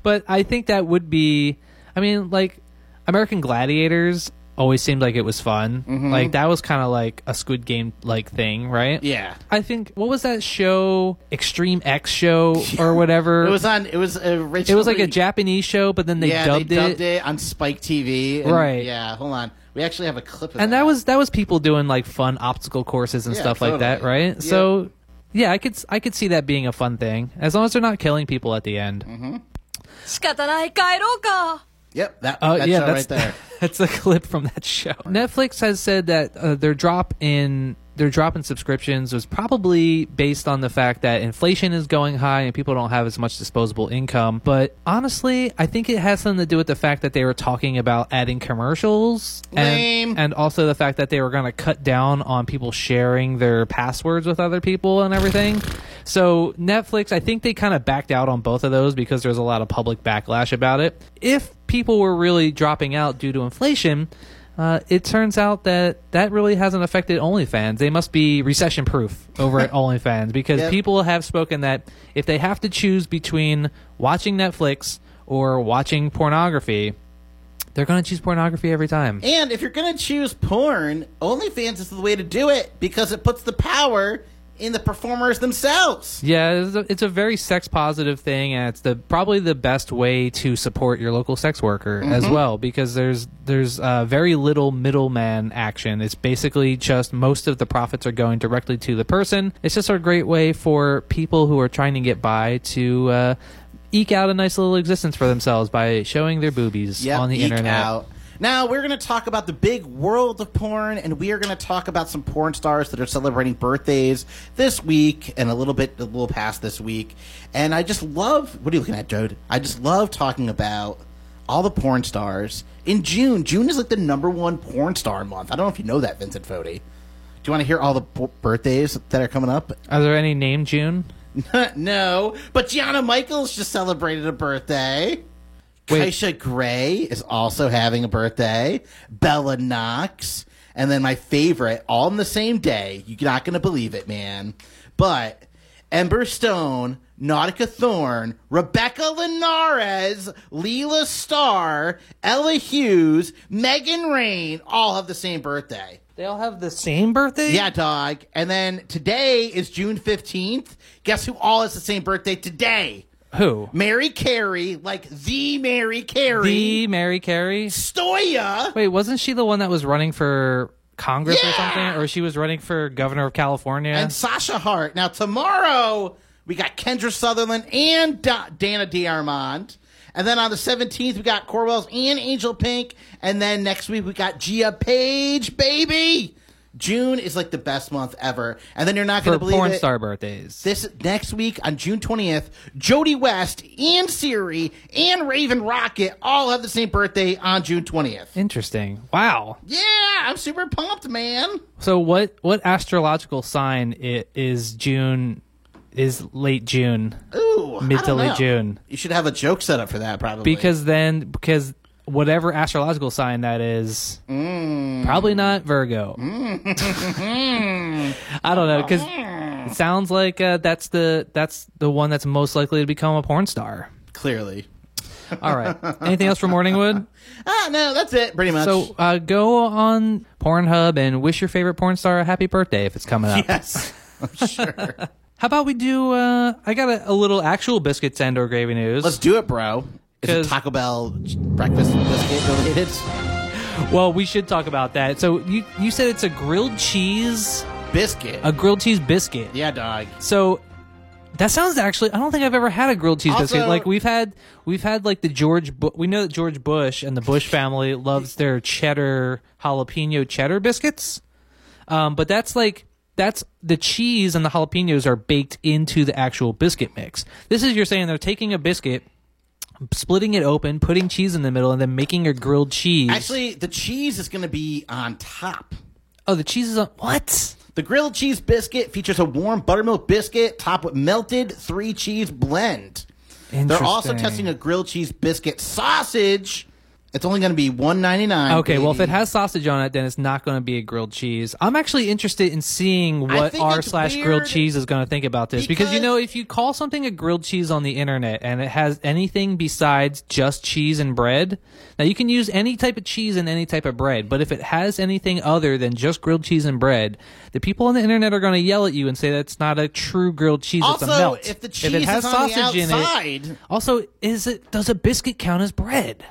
Speaker 2: but I think that would be. I mean, like American Gladiators always seemed like it was fun.
Speaker 3: Mm-hmm.
Speaker 2: Like that was kind of like a Squid Game like thing, right?
Speaker 3: yeah.
Speaker 2: I think what was that show? Extreme X show or whatever.
Speaker 3: It was on. It was originally.
Speaker 2: It was like a Japanese show, but then they
Speaker 3: yeah,
Speaker 2: dubbed,
Speaker 3: they dubbed
Speaker 2: it.
Speaker 3: it. on Spike TV. and-
Speaker 2: Right.
Speaker 3: Yeah. Hold on. We actually have a clip of
Speaker 2: And that was that was people doing like fun obstacle courses and
Speaker 3: Yeah,
Speaker 2: stuff like that,
Speaker 3: totally.
Speaker 2: right?
Speaker 3: Yeah.
Speaker 2: So yeah, I could s- I could see that being a fun thing as long as they're not killing people at the end.
Speaker 7: 仕方ない帰ろうか
Speaker 3: Yep. That,
Speaker 2: Oh
Speaker 3: that
Speaker 2: yeah,
Speaker 3: show
Speaker 2: that's
Speaker 3: right there.
Speaker 2: that's a clip from that show. Netflix has said that uh, their drop in their drop in subscriptions was probably based on the fact that inflation is going high and people don't have as much disposable income. But honestly, I think it has something to do with the fact that they were talking about adding commercials
Speaker 3: Lame.
Speaker 2: and and also the fact that they were going to cut down on people sharing their passwords with other people and everything. So Netflix, I think they kind of backed out on both of those because there's a lot of public backlash about it. If people were really dropping out due to inflation, uh, it turns out that that really hasn't affected OnlyFans. They must be recession proof over at OnlyFans because
Speaker 3: Yep.
Speaker 2: people have spoken that if they have to choose between watching Netflix or watching pornography, they're going to choose pornography every time.
Speaker 3: And if you're going to choose porn, OnlyFans is the way to do it because it puts the power in the performers themselves.
Speaker 2: Yeah, it's a, it's a very sex positive thing, and it's the probably the best way to support your local sex worker
Speaker 3: Mm-hmm.
Speaker 2: as well because there's there's uh, very little middleman action. It's basically just most of the profits are going directly to the person. It's just a great way for people who are trying to get by to. Uh, Eke out a nice little existence for themselves by showing their boobies
Speaker 3: Yep,
Speaker 2: on the
Speaker 3: eek
Speaker 2: internet.
Speaker 3: out. Now we're going to talk about the big world of porn, and we are going to talk about some porn stars that are celebrating birthdays this week and a little bit a little past this week. And I just love what are you looking at, Jode? I just love talking about all the porn stars in June. June is like the number one porn star month. I don't know if you know that, Vincent Fodi. Do you want to hear all the b- birthdays that are coming up?
Speaker 2: Are there any name June?
Speaker 3: no, but Gianna Michaels just celebrated a birthday.
Speaker 2: Wait.
Speaker 3: Kaisha Gray is also having a birthday. Bella Knox. And then my favorite, all on the same day. You're not going to believe it, man. But Ember Stone, Nautica Thorne, Rebecca Linares, Leela Starr, Ella Hughes, Megan Rain all have the same birthday.
Speaker 2: They all have the same birthday.
Speaker 3: Yeah, dog. And then today is June 15th. Guess who all has the same birthday today?
Speaker 2: Who?
Speaker 3: Mary Carey, like the Mary Carey.
Speaker 2: The Mary Carey.
Speaker 3: Stoya.
Speaker 2: Wait, wasn't she the one that was running for Congress or
Speaker 3: Yeah!
Speaker 2: something? Or she was running for governor of California?
Speaker 3: And Sasha Hart. Now, tomorrow, we got Kendra Sutherland and Da- Dana D'Armond. And then on the 17th, we got Corwell's and Angel Pink. And then next week, we got Gia Page, baby. June is like the best month ever. And then you're not going
Speaker 2: for
Speaker 3: to believe
Speaker 2: porn
Speaker 3: it.
Speaker 2: star birthdays.
Speaker 3: This next week on June 20th, Jody West and Siri and Raven Rocket all have the same birthday on June 20th.
Speaker 2: Interesting. Wow.
Speaker 3: Yeah, I'm super pumped, man.
Speaker 2: So what what astrological sign it is June is late June
Speaker 3: Ooh,
Speaker 2: Mid
Speaker 3: I
Speaker 2: to
Speaker 3: don't
Speaker 2: late
Speaker 3: know.
Speaker 2: June.
Speaker 3: You should have a joke set up for that, probably.
Speaker 2: because then because whatever astrological sign that is
Speaker 3: Mm.
Speaker 2: probably not Virgo.
Speaker 3: Mm.
Speaker 2: I don't know cuz it sounds like uh, that's the that's the one that's most likely to become a porn star.
Speaker 3: clearly,
Speaker 2: All right. Anything else for Morningwood?
Speaker 3: ah, no, that's it, pretty much.
Speaker 2: So uh, go on Pornhub and wish your favorite porn star a happy birthday if it's coming up.
Speaker 3: yes, I'm sure.
Speaker 2: How about we do? Uh, I got a, a little actual biscuits and or gravy news.
Speaker 3: Let's do it, bro. Is it
Speaker 2: 'Cause-
Speaker 3: Taco Bell breakfast biscuit related?
Speaker 2: well, we should talk about that. So you you said it's a grilled cheese,
Speaker 3: Biscuit.
Speaker 2: a grilled cheese biscuit.
Speaker 3: yeah, dog.
Speaker 2: So that sounds actually. I don't think I've ever had a grilled cheese biscuit.
Speaker 3: Also-
Speaker 2: Like we've had, we've had like the George. Bu- we know that George Bush and the Bush family loves their cheddar jalapeno cheddar biscuits. Um, but that's like that's the cheese and the jalapenos are baked into the actual biscuit mix. This is you're saying they're taking a biscuit. Splitting it open, putting cheese in the middle, and then making a grilled cheese.
Speaker 3: Actually, the cheese is going to be on top.
Speaker 2: oh, the cheese is on what?
Speaker 3: The grilled cheese biscuit features a warm buttermilk biscuit topped with melted three cheese blend. They're also
Speaker 2: Interesting.
Speaker 3: testing a grilled cheese biscuit sausage. It's only going to be one ninety nine.
Speaker 2: Okay, well, if it has sausage on it, then it's not going to be a grilled cheese. I'm actually interested in seeing what
Speaker 3: think
Speaker 2: r
Speaker 3: it's
Speaker 2: slash grilled
Speaker 3: weird
Speaker 2: cheese is going to think about this because, you
Speaker 3: because-
Speaker 2: know if you call something a grilled cheese on the internet and it has anything besides just cheese and bread, now you can use any type of cheese and any type of bread, but if it has anything other than just grilled cheese and bread, the people on the internet are going to yell at you and say that's not a true grilled cheese.
Speaker 3: also,
Speaker 2: it's a melt.
Speaker 3: if the cheese
Speaker 2: it has
Speaker 3: is on the
Speaker 2: sausage
Speaker 3: outside,
Speaker 2: in it, also is it does a biscuit count as bread?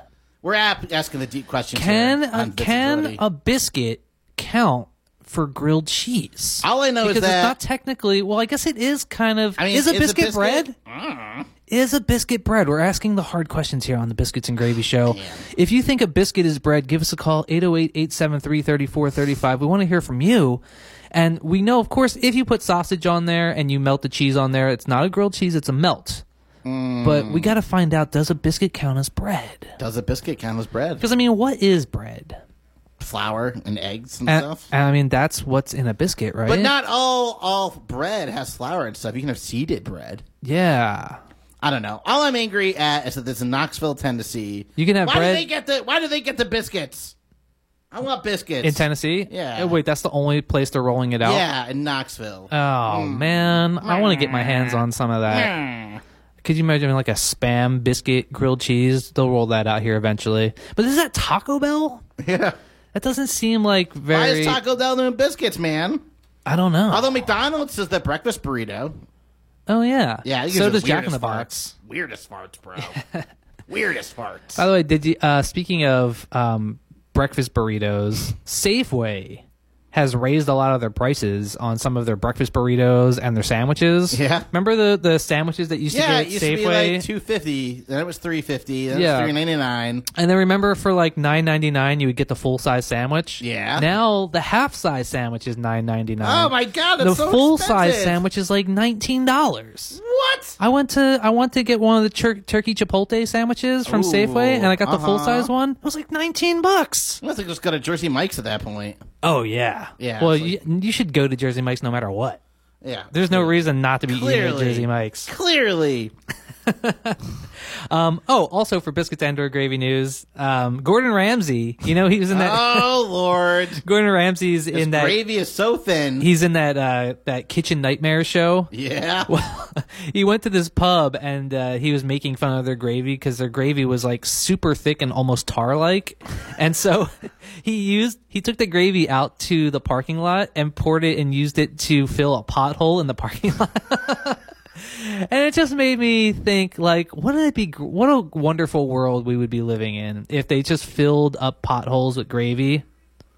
Speaker 3: we're ap- asking the deep questions.
Speaker 2: Can
Speaker 3: here
Speaker 2: a,
Speaker 3: on
Speaker 2: can
Speaker 3: visibility.
Speaker 2: a biscuit count for grilled cheese?
Speaker 3: All I know is
Speaker 2: because
Speaker 3: that-
Speaker 2: it's not technically. Well, I guess it is kind of.
Speaker 3: I mean,
Speaker 2: is a
Speaker 3: is a
Speaker 2: biscuit,
Speaker 3: biscuit- Mm.
Speaker 2: bread? Is a biscuit bread? We're asking the hard questions here on the Biscuits and Gravy Show. If you think a biscuit is bread, give us a call 808-873-3435. We want to hear from you. And we know, of course, if you put sausage on there and you melt the cheese on there, it's not a grilled cheese; it's a melt.
Speaker 3: Mm.
Speaker 2: But we got to find out: does a biscuit count as bread?
Speaker 3: does a biscuit count as bread?
Speaker 2: Because I mean, what is bread?
Speaker 3: Flour and eggs and,
Speaker 2: And,
Speaker 3: stuff.
Speaker 2: and I mean, that's what's in a biscuit, right?
Speaker 3: but not all all bread has flour and stuff. You can have seeded bread.
Speaker 2: Yeah.
Speaker 3: I don't know. All I'm angry at is that this is in Knoxville, Tennessee.
Speaker 2: You can have
Speaker 3: why
Speaker 2: bread-
Speaker 3: do they get the Why do they get the biscuits? I want biscuits
Speaker 2: In Tennessee?
Speaker 3: Yeah.
Speaker 2: Oh, wait, that's the only place they're rolling it out?
Speaker 3: Yeah, Hmm. in Knoxville.
Speaker 2: Oh, man. I want to get my hands on some of that.
Speaker 3: Hmm.
Speaker 2: Could you imagine like a spam biscuit, grilled cheese? They'll roll that out here eventually. But is that Taco Bell?
Speaker 3: yeah.
Speaker 2: That doesn't seem like
Speaker 3: Why
Speaker 2: very.
Speaker 3: is Taco Bell doing biscuits, man?
Speaker 2: I don't know.
Speaker 3: Although McDonald's is the breakfast burrito.
Speaker 2: oh yeah,
Speaker 3: Yeah, it gives
Speaker 2: So
Speaker 3: you
Speaker 2: does
Speaker 3: the
Speaker 2: Jack in the
Speaker 3: weirdest
Speaker 2: Box.
Speaker 3: farts. Weirdest farts, bro. weirdest farts.
Speaker 2: By the way, did you? Uh, speaking of um, breakfast burritos, Safeway has raised a lot of their prices on some of their breakfast burritos and their sandwiches.
Speaker 3: Yeah.
Speaker 2: remember the the sandwiches that used
Speaker 3: yeah,
Speaker 2: to
Speaker 3: it
Speaker 2: get
Speaker 3: used
Speaker 2: at
Speaker 3: to be like
Speaker 2: Safeway,
Speaker 3: two fifty, then it was three fifty, then
Speaker 2: Yeah.
Speaker 3: it was three ninety nine.
Speaker 2: and then remember for like nine ninety nine, you would get the full size sandwich.
Speaker 3: Yeah.
Speaker 2: now the half size sandwich is nine ninety nine.
Speaker 3: Oh my god,
Speaker 2: Uh-huh.
Speaker 3: it's
Speaker 2: The
Speaker 3: so
Speaker 2: full
Speaker 3: expensive.
Speaker 2: size sandwich is like nineteen dollars.
Speaker 3: What?
Speaker 2: I went to I went to get one of the tur- turkey chipotle sandwiches from Safeway, and I got the
Speaker 3: uh-huh.
Speaker 2: full size one. It was like nineteen bucks.
Speaker 3: I think just go to Jersey Mike's at that point.
Speaker 2: Oh yeah,
Speaker 3: Yeah,
Speaker 2: Well,
Speaker 3: it's
Speaker 2: you, you should go to Jersey Mike's no matter what.
Speaker 3: Yeah,
Speaker 2: There's no reason not to be eating at
Speaker 3: Clearly.
Speaker 2: Jersey Mike's.
Speaker 3: clearly.
Speaker 2: Oh, also for biscuits and or gravy news, um, Gordon Ramsay. You know he was in that.
Speaker 3: Oh lord,
Speaker 2: Gordon Ramsay's
Speaker 3: this
Speaker 2: in that.
Speaker 3: gravy is so thin.
Speaker 2: He's in that uh, that Kitchen Nightmare show.
Speaker 3: yeah,
Speaker 2: Well, he went to this pub and uh, he was making fun of their gravy because their gravy was like super thick and almost tar like. And so he used, he took the gravy out to the parking lot and poured it and used it to fill a pothole in the parking lot. and it just made me think like, wouldn't it be, gr- what a wonderful world we would be living in if they just filled up potholes with gravy.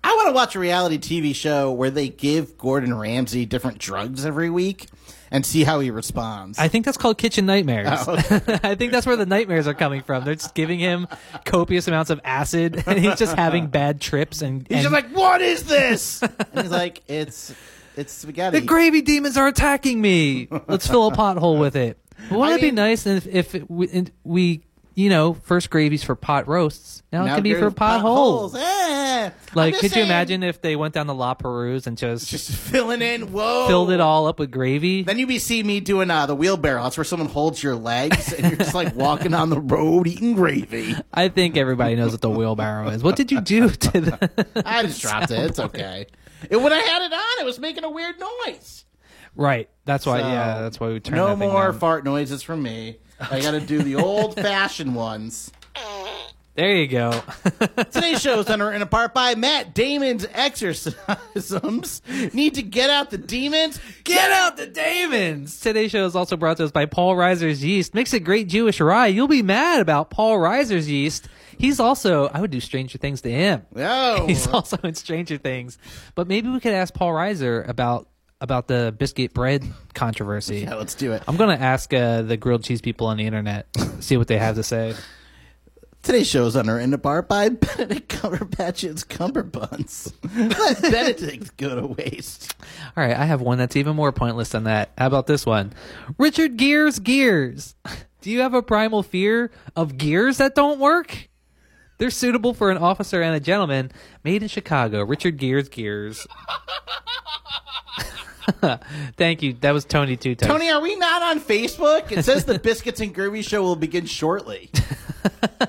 Speaker 3: I want to watch a reality TV show where they give Gordon Ramsay different drugs every week and see how he responds.
Speaker 2: I think that's called kitchen nightmares.
Speaker 3: Oh,
Speaker 2: I think that's where the nightmares are coming from. They're just giving him copious amounts of acid, and he's just having bad trips. And,
Speaker 3: he's
Speaker 2: and
Speaker 3: just like, "What is this?" and he's like, "It's it's spaghetti."
Speaker 2: the gravy demons are attacking me. Let's fill a pothole with it. Wouldn't it be
Speaker 3: mean-
Speaker 2: nice if, if it, we, and we, you know, first gravy's for pot roasts. Now, it
Speaker 3: Now
Speaker 2: can be for
Speaker 3: gravy- potholes.
Speaker 2: potholes.
Speaker 3: Eh. I'm
Speaker 2: Like,
Speaker 3: just
Speaker 2: could you
Speaker 3: saying.
Speaker 2: imagine if they went down to La Perouse and just,
Speaker 3: Just filling in. Whoa!
Speaker 2: filled it all up with gravy?
Speaker 3: Then you be see me doing uh, the wheelbarrow. That's where someone holds your legs and you're just like walking on the road eating gravy.
Speaker 2: I think everybody knows what the wheelbarrow is. What did you do to the?
Speaker 3: I just dropped it. It's okay. And when I had it on, it was making a weird noise.
Speaker 2: right. That's why.
Speaker 3: So,
Speaker 2: yeah. That's why we turned.
Speaker 3: No
Speaker 2: that thing
Speaker 3: more
Speaker 2: down.
Speaker 3: fart noises from me. I got to do the old fashioned ones.
Speaker 2: There you go.
Speaker 3: Today's show is underwritten in part by Matt Damon's exorcisms. Need to get out the demons.
Speaker 2: Get out the demons! Today's show is also brought to us by Paul Reiser's Yeast. Makes a great Jewish rye. You'll be mad about Paul Reiser's Yeast. He's also, I would do Stranger Things to him.
Speaker 3: No.
Speaker 2: He's also in Stranger Things. But maybe we could ask Paul Reiser about about the biscuit bread controversy.
Speaker 3: Yeah, let's do it.
Speaker 2: I'm going to ask uh, the grilled cheese people on the internet, see what they have to say.
Speaker 3: Today's show is underwritten in part by Benedict Cumberbatch's Cumberbunds. Let Benedict go to waste.
Speaker 2: All right, I have one that's even more pointless than that. How about this one? Richard Gears Gears. Do you have a primal fear of gears that don't work? They're suitable for an officer and a gentleman. Made in Chicago. Richard Gears Gears. Thank you. That was Tony Two Times.
Speaker 3: Tony, are we not on Facebook? It says the Biscuits and Gravy Show will begin shortly.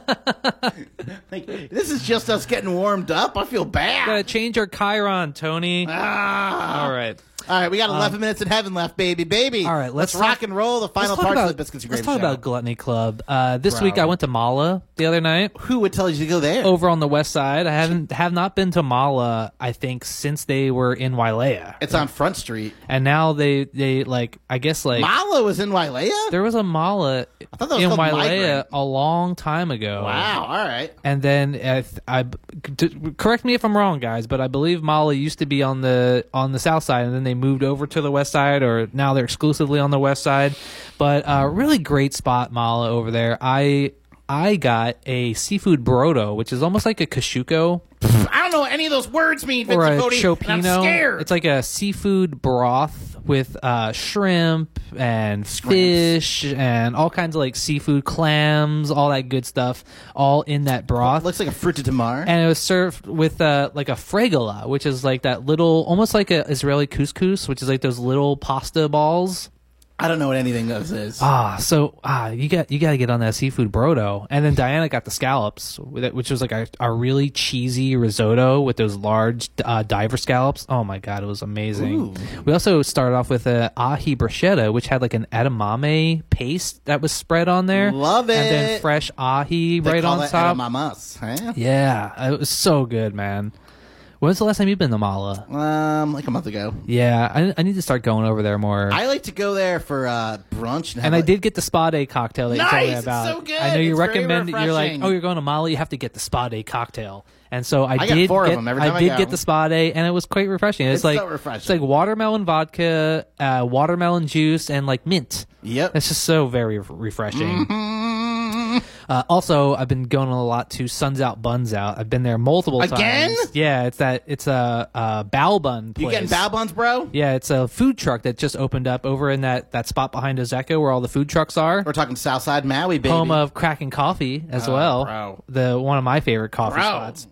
Speaker 3: like, this is just us getting warmed up. I feel
Speaker 2: Gotta
Speaker 3: bad. Ah.
Speaker 2: change our Chiron, Tony. All right.
Speaker 3: All right, we got 11 minutes in heaven left, baby, baby.
Speaker 2: Um, All right, let's
Speaker 3: rock
Speaker 2: talk-
Speaker 3: and roll the final
Speaker 2: Let's talk
Speaker 3: parts
Speaker 2: about,
Speaker 3: of the Biscuits and Gravy
Speaker 2: let's talk
Speaker 3: Show.
Speaker 2: about Gluttony Club. Uh, this week
Speaker 3: Bro.
Speaker 2: I went to Mala the other night.
Speaker 3: Who would tell you to go there?
Speaker 2: over on the west side. I haven't have not been to Mala, I think, since they were in Wailea.
Speaker 3: It's on Front Street.
Speaker 2: And now they they like I guess like
Speaker 3: Mala was in Wailea?
Speaker 2: there was a Mala
Speaker 3: thought that was
Speaker 2: in
Speaker 3: called
Speaker 2: Wailea
Speaker 3: Migrant.
Speaker 2: a long time ago.
Speaker 3: Wow, all right.
Speaker 2: And then I, th- I d- correct me if I'm wrong, guys, but I believe Mala used to be on the on the south side, and then they moved over to the west side, or now they're exclusively on the west side. But uh, really great spot, Mala over there. I I got a seafood brodo, which is almost like a kashuko,
Speaker 3: I don't know what any of those words mean, Vince
Speaker 2: or a
Speaker 3: Cody, and I'm
Speaker 2: chopino.
Speaker 3: scared.
Speaker 2: It's like a seafood broth with uh, shrimp and fish and all kinds of like seafood clams, all that good stuff, all in that broth.
Speaker 3: Looks like a fruit de tamar.
Speaker 2: and it was served with uh, like a fregola, which is like that little, almost like a Israeli couscous, which is like those little pasta balls.
Speaker 3: I don't know what anything of this is.
Speaker 2: Ah, so ah, you got you got to get on that seafood brodo, and then Diana got the scallops, with it- which was like a, a really cheesy risotto with those large uh, diver scallops. Oh my god, it was amazing. We also started off with a ahi bruschetta, which had like an edamame paste that was spread on there.
Speaker 3: Love
Speaker 2: and then
Speaker 3: it.
Speaker 2: fresh ahi
Speaker 3: They
Speaker 2: right
Speaker 3: call
Speaker 2: on
Speaker 3: it
Speaker 2: top.
Speaker 3: edamamas, huh?
Speaker 2: Yeah, it was so good, man. When's the last time you've been to Mala?
Speaker 3: Um, like a month ago.
Speaker 2: Yeah, I, I need to start going over there more.
Speaker 3: I like to go there for uh, brunch, and, have
Speaker 2: and I
Speaker 3: like-
Speaker 2: did get the spa day cocktail that you told
Speaker 3: Nice!
Speaker 2: me
Speaker 3: It's
Speaker 2: about.
Speaker 3: so good!
Speaker 2: I know you
Speaker 3: It's very
Speaker 2: recommend you're like,
Speaker 3: refreshing.
Speaker 2: oh, you're going to Mali, you have to get the spa day cocktail. And so I,
Speaker 3: I got
Speaker 2: did
Speaker 3: four of
Speaker 2: get,
Speaker 3: them every time I
Speaker 2: did
Speaker 3: go.
Speaker 2: get the spa day, and it was quite refreshing. It's,
Speaker 3: It's
Speaker 2: like
Speaker 3: so refreshing.
Speaker 2: it's like watermelon vodka, uh, watermelon juice, and like mint.
Speaker 3: Yep.
Speaker 2: It's just so very ref- refreshing.
Speaker 3: Mm-hmm.
Speaker 2: Uh, also, I've been going a lot to Suns Out Buns Out. I've been there multiple
Speaker 3: Again?
Speaker 2: times. Yeah, it's that. It's a uh, bao bun. Place.
Speaker 3: You getting bao buns, bro?
Speaker 2: Yeah, it's a food truck that just opened up over in that, that spot behind Ozeko where all the food trucks are.
Speaker 3: We're talking Southside Maui, baby.
Speaker 2: Home of Kraken Coffee
Speaker 3: Oh,
Speaker 2: as well.
Speaker 3: bro.
Speaker 2: The one of my favorite coffee
Speaker 3: Bro.
Speaker 2: spots.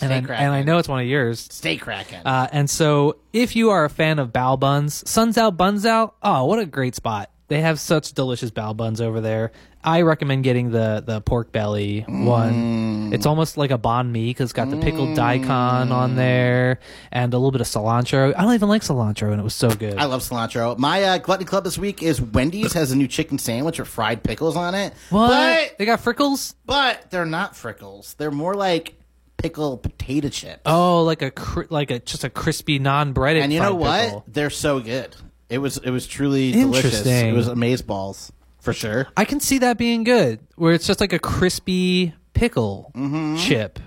Speaker 2: And I,
Speaker 3: Kraken.
Speaker 2: and I know it's one of yours.
Speaker 3: Stay cracking.
Speaker 2: Uh, and so if you are a fan of bao buns, Suns Out Buns Out, oh, what a great spot. They have such delicious bao buns over there. I recommend getting the, the pork belly
Speaker 3: Mm.
Speaker 2: one. It's almost like a banh mi because it's got the pickled daikon on
Speaker 3: Mm.
Speaker 2: there and a little bit of cilantro. I don't even like cilantro, and it was so good.
Speaker 3: I love cilantro. My uh, gluttony club this week is Wendy's has a new chicken sandwich with fried pickles on it.
Speaker 2: What?
Speaker 3: But,
Speaker 2: They got frickles?
Speaker 3: but they're not frickles. They're more like pickle potato chips.
Speaker 2: Oh, like a cr- like a just a crispy non-breaded.
Speaker 3: and you know
Speaker 2: fried
Speaker 3: what?
Speaker 2: pickle.
Speaker 3: They're so good. It was it was truly delicious.
Speaker 2: Interesting.
Speaker 3: It was amazeballs for sure.
Speaker 2: I can see that being good, where it's just like a crispy pickle
Speaker 3: Mm-hmm.
Speaker 2: chip.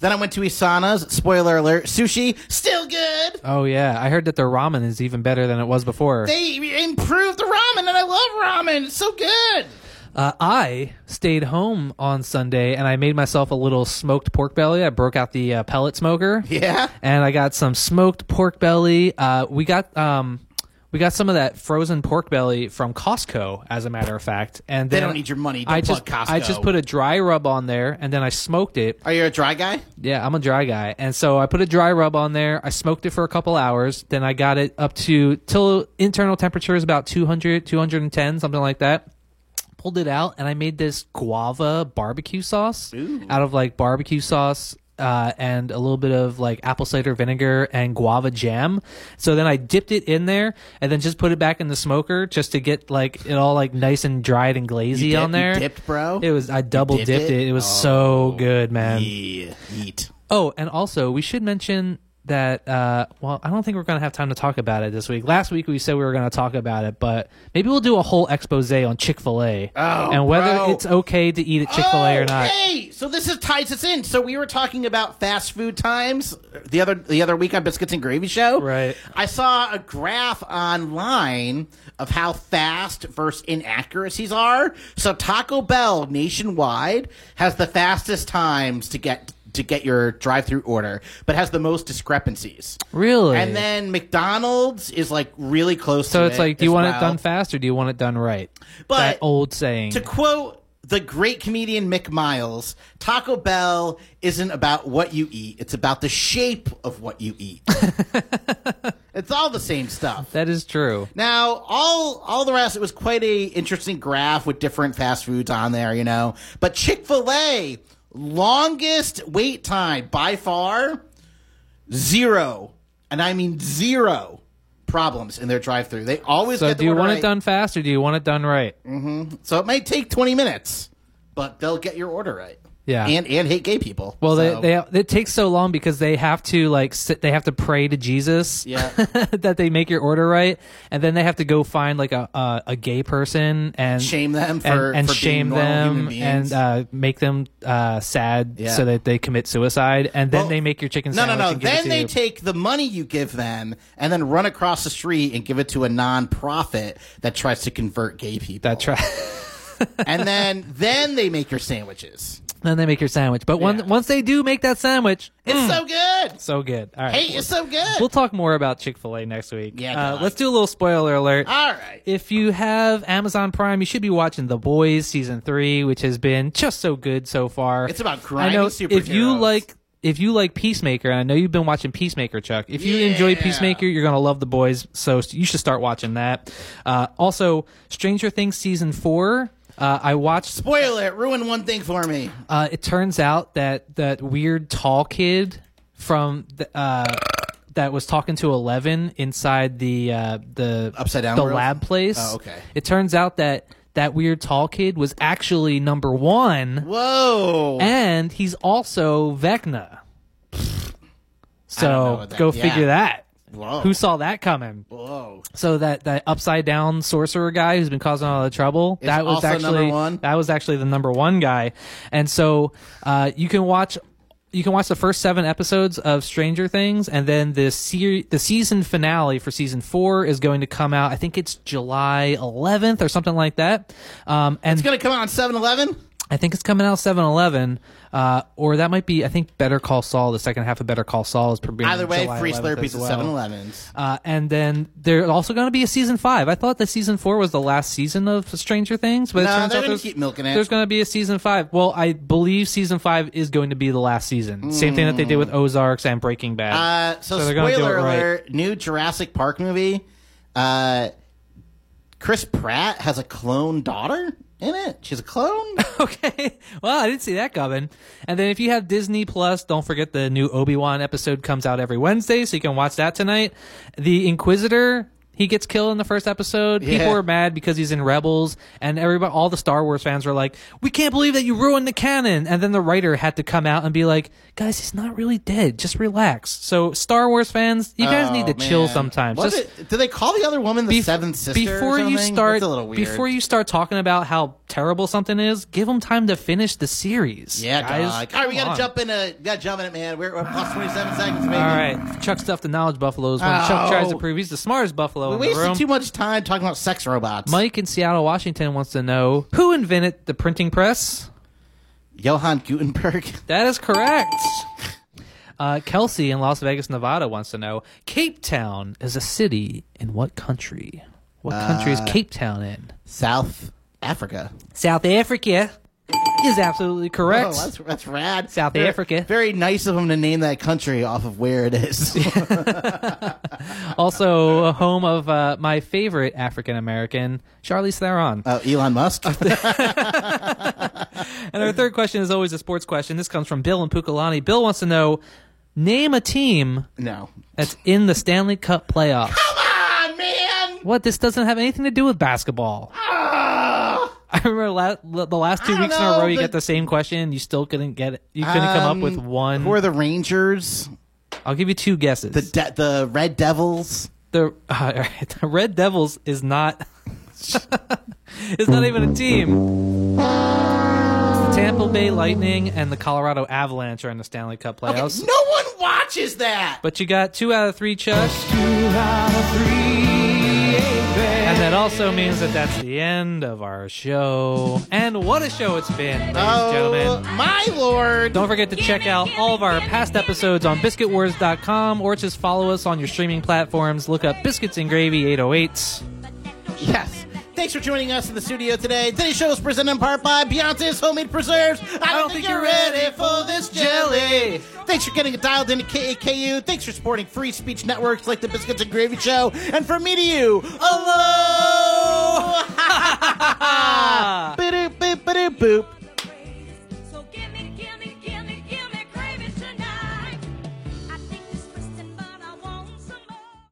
Speaker 3: Then I went to Isana's. Spoiler alert: sushi still good.
Speaker 2: Oh yeah, I heard that their ramen is even better than it was before.
Speaker 3: They improved the ramen, and I love ramen. It's so good.
Speaker 2: uh, I stayed home on Sunday and I made myself a little smoked pork belly. I broke out the uh, pellet smoker.
Speaker 3: Yeah.
Speaker 2: and I got some smoked pork belly. Uh, we got um, we got some of that frozen pork belly from Costco, as a matter of fact. And
Speaker 3: They
Speaker 2: then
Speaker 3: don't need your money. Don't
Speaker 2: I just
Speaker 3: plug Costco.
Speaker 2: I just put a dry rub on there, and then I smoked it.
Speaker 3: Are you a dry guy?
Speaker 2: Yeah, I'm a dry guy, and so I put a dry rub on there. I smoked it for a couple hours. Then I got it up to till internal temperature is about 200, 210, something like that. Pulled it out, and I made this guava barbecue sauce out of like barbecue sauce. Uh, and a little bit of like apple cider vinegar and guava jam. So then I dipped it in there and then just put it back in the smoker just to get like it all like nice and dried and glazy
Speaker 3: dip-
Speaker 2: on
Speaker 3: you
Speaker 2: there.
Speaker 3: dipped, bro?
Speaker 2: It was I double dipped,
Speaker 3: dipped
Speaker 2: it.
Speaker 3: it? Oh,
Speaker 2: It, was so good, man.
Speaker 3: Yeah. Eat.
Speaker 2: Oh, and also we should mention that. Uh, well, I don't think we're going to have time to talk about it this week. Last week we said we were going to talk about it, but maybe we'll do a whole expose on Chick Fil A and whether
Speaker 3: Oh, bro. Oh,
Speaker 2: it's okay to eat at Chick Fil A or not.
Speaker 3: Hey, so this is ties us in. So we were talking about fast food times the other the other week on Biscuits and Gravy Show.
Speaker 2: Right.
Speaker 3: I saw a graph online of how fast versus inaccuracies are. So Taco Bell nationwide has the fastest times to get to get your drive-through order, but has the most discrepancies.
Speaker 2: Really?
Speaker 3: And then McDonald's is like really close.
Speaker 2: so
Speaker 3: to
Speaker 2: it's like, do
Speaker 3: as
Speaker 2: you want it
Speaker 3: well.
Speaker 2: done fast or do you want it done right?
Speaker 3: But-
Speaker 2: that old saying.
Speaker 3: To quote the great comedian Mick Miles, Taco Bell isn't about what you eat, it's about the shape of what you eat. it's all the same stuff.
Speaker 2: that is true.
Speaker 3: Now, all all the rest, it was quite a interesting graph with different fast foods on there, you know. But Chick Fil A longest wait time by far, zero, and I mean zero problems in their drive-through. They always
Speaker 2: So
Speaker 3: get the
Speaker 2: do you
Speaker 3: order
Speaker 2: want
Speaker 3: right.
Speaker 2: it done fast or do you want it done right?
Speaker 3: So it might take 20 minutes, but they'll get your order right.
Speaker 2: Yeah.
Speaker 3: And and hate gay people.
Speaker 2: Well,
Speaker 3: So,
Speaker 2: they, they it takes so long because they have to like sit, they have to pray to Jesus,
Speaker 3: Yeah.
Speaker 2: that they make your order right, and then they have to go find like a a, a gay person and
Speaker 3: Shame them for-
Speaker 2: and, and
Speaker 3: for being
Speaker 2: shame
Speaker 3: normal human
Speaker 2: them and
Speaker 3: beings.
Speaker 2: uh, make them uh, sad
Speaker 3: Yeah.
Speaker 2: so that they commit suicide, and then
Speaker 3: Well,
Speaker 2: they make your chicken
Speaker 3: No, no,
Speaker 2: sandwich.
Speaker 3: no.
Speaker 2: and give it
Speaker 3: Then
Speaker 2: to
Speaker 3: they
Speaker 2: you.
Speaker 3: take the money you give them and then run across the street and give it to a nonprofit that tries to convert gay people.
Speaker 2: that try.
Speaker 3: and then then they make your sandwiches.
Speaker 2: then they make your sandwich, but once
Speaker 3: Yeah.
Speaker 2: once they do make that sandwich,
Speaker 3: It's so good.
Speaker 2: so good. All right,
Speaker 3: Hey, it's so good.
Speaker 2: we'll talk more about Chick Fil A next week.
Speaker 3: Yeah,
Speaker 2: uh,
Speaker 3: God.
Speaker 2: let's do a little spoiler alert.
Speaker 3: All right.
Speaker 2: If you have Amazon Prime, you should be watching The Boys season three, which has been just so good so far.
Speaker 3: It's about
Speaker 2: I know
Speaker 3: grimy
Speaker 2: if you
Speaker 3: superheroes.
Speaker 2: like if you like Peacemaker, and I know you've been watching Peacemaker, Chuck. If you enjoy
Speaker 3: Yeah.
Speaker 2: Peacemaker, you're gonna love The Boys, so you should start watching that. Uh, also, Stranger Things season four. Uh, I watched.
Speaker 3: Spoil it. Ruin one thing for me.
Speaker 2: Uh, it turns out that that weird tall kid from the, uh, that was talking to Eleven inside the uh, the
Speaker 3: Upside down
Speaker 2: the
Speaker 3: world?
Speaker 2: lab place.
Speaker 3: Oh, okay.
Speaker 2: It turns out that that weird tall kid was actually number one,
Speaker 3: Whoa.
Speaker 2: and he's also Vecna.
Speaker 3: know
Speaker 2: So
Speaker 3: what that-
Speaker 2: go
Speaker 3: yeah.
Speaker 2: figure that.
Speaker 3: Whoa.
Speaker 2: Who saw that coming?
Speaker 3: Whoa.
Speaker 2: So that that upside down sorcerer guy who's been causing all the trouble. that was
Speaker 3: also number
Speaker 2: actually
Speaker 3: one?
Speaker 2: that was actually the number one guy, and so uh, you can watch. You can watch the first seven episodes of Stranger Things, and then the ser- the season finale for season four is going to come out. I think it's July 11th or something like that. Um, and
Speaker 3: It's going to come out on 7 Eleven?
Speaker 2: I think it's coming out 7 Eleven, uh, or that might be, I think, Better Call Saul, the second half of Better Call Saul is premiering.
Speaker 3: Either way,
Speaker 2: July
Speaker 3: free
Speaker 2: 11th
Speaker 3: slurpees
Speaker 2: as well.
Speaker 3: at 7 Elevens.
Speaker 2: Uh, and then there's also going to be a season five. I thought that season four was the last season of Stranger Things, but it
Speaker 3: No,
Speaker 2: turns
Speaker 3: they're
Speaker 2: out
Speaker 3: gonna
Speaker 2: there's,
Speaker 3: keep milking it.
Speaker 2: There's going to be a season five. Well, I believe season five is going to be the last season. Same thing that they did
Speaker 3: Hmm.
Speaker 2: with Ozarks and Breaking Bad.
Speaker 3: Uh, so,
Speaker 2: So they're gonna do
Speaker 3: spoiler
Speaker 2: it right.
Speaker 3: alert: new Jurassic Park movie. Uh, Chris Pratt has a clone daughter in it. She's a clone.
Speaker 2: okay. Well, I didn't see that coming. And then if you have Disney Plus, don't forget the new Obi Wan episode comes out every Wednesday, so you can watch that tonight. The Inquisitor. He gets killed in the first episode.
Speaker 3: Yeah.
Speaker 2: People were mad because he's in Rebels, and everybody, all the Star Wars fans were like, "We can't believe that you ruined the canon." And then the writer had to come out and be like, "Guys, he's not really dead. Just relax." So, Star Wars fans, you guys need to chill
Speaker 3: Oh, Man.
Speaker 2: sometimes.
Speaker 3: Was
Speaker 2: Just
Speaker 3: it- do they call the other woman the
Speaker 2: Bef-
Speaker 3: seventh sister? or
Speaker 2: Before you
Speaker 3: something?
Speaker 2: start,
Speaker 3: That's a little weird.
Speaker 2: before you start talking about how terrible something is, give them time to finish the series.
Speaker 3: yeah,
Speaker 2: guys.
Speaker 3: dog. All right, we
Speaker 2: Come
Speaker 3: gotta
Speaker 2: on.
Speaker 3: jump in. A, we gotta jump in it, man. We're, we're plus twenty-seven seconds, baby.
Speaker 2: All right, Chuck stuffed the knowledge buffaloes when Chuck tries to prove he's the smartest buffalo
Speaker 3: Oh. We
Speaker 2: in the
Speaker 3: wasted
Speaker 2: room.
Speaker 3: too much time talking about sex robots.
Speaker 2: Mike in Seattle, Washington wants to know who invented the printing press.
Speaker 3: Johann Gutenberg.
Speaker 2: That is correct. Uh, Kelsey in Las Vegas, Nevada wants to know Cape Town is a city in what country? What country is
Speaker 3: Uh,
Speaker 2: Cape Town in?
Speaker 3: South Africa.
Speaker 2: South Africa is absolutely correct.
Speaker 3: Oh, that's, that's rad.
Speaker 2: South
Speaker 3: Very-
Speaker 2: Africa.
Speaker 3: Very nice of them to name that country off of where it is.
Speaker 2: also a home of uh, my favorite African American, Charlize Theron.
Speaker 3: Oh, Elon Musk.
Speaker 2: and our third question is always a sports question. This comes from Bill and Pukalani. Bill wants to know: name a team
Speaker 3: no.
Speaker 2: that's in the Stanley Cup playoffs.
Speaker 3: Ah, man!
Speaker 2: What? This doesn't have anything to do with basketball. I remember la- la- the last two
Speaker 3: Ah! I
Speaker 2: weeks in
Speaker 3: don't
Speaker 2: a
Speaker 3: know,
Speaker 2: row you
Speaker 3: but-
Speaker 2: got the same question. You still couldn't get it. You couldn't come up with
Speaker 3: Um,
Speaker 2: one.
Speaker 3: Who are the Rangers?
Speaker 2: I'll give you two guesses.
Speaker 3: The de- the Red Devils?
Speaker 2: the all right, the Red Devils is not it's not even a team. The Tampa Bay Lightning and the Colorado Avalanche are in the Stanley Cup playoffs.
Speaker 3: No one watches that!
Speaker 2: But you got two out of three, Chuck. And that also means that that's the end of our show. and what a show it's been, ladies and
Speaker 3: Oh,
Speaker 2: gentlemen.
Speaker 3: my lord!
Speaker 2: Don't forget to check out all of our past episodes on biscuitwars.com or just follow us on your streaming platforms. Look up Biscuits and Gravy 808.
Speaker 3: Yes. Thanks for joining us in the studio today. Today's show is presented in part by Beyonce's Homemade Preserves. I don't, think, you're ready for this jelly. Thanks for getting it dialed into KAKU. Thanks for supporting free speech networks like the Biscuits and Gravy Show. And from me to you, aloha! Boop, boop, boop, boop.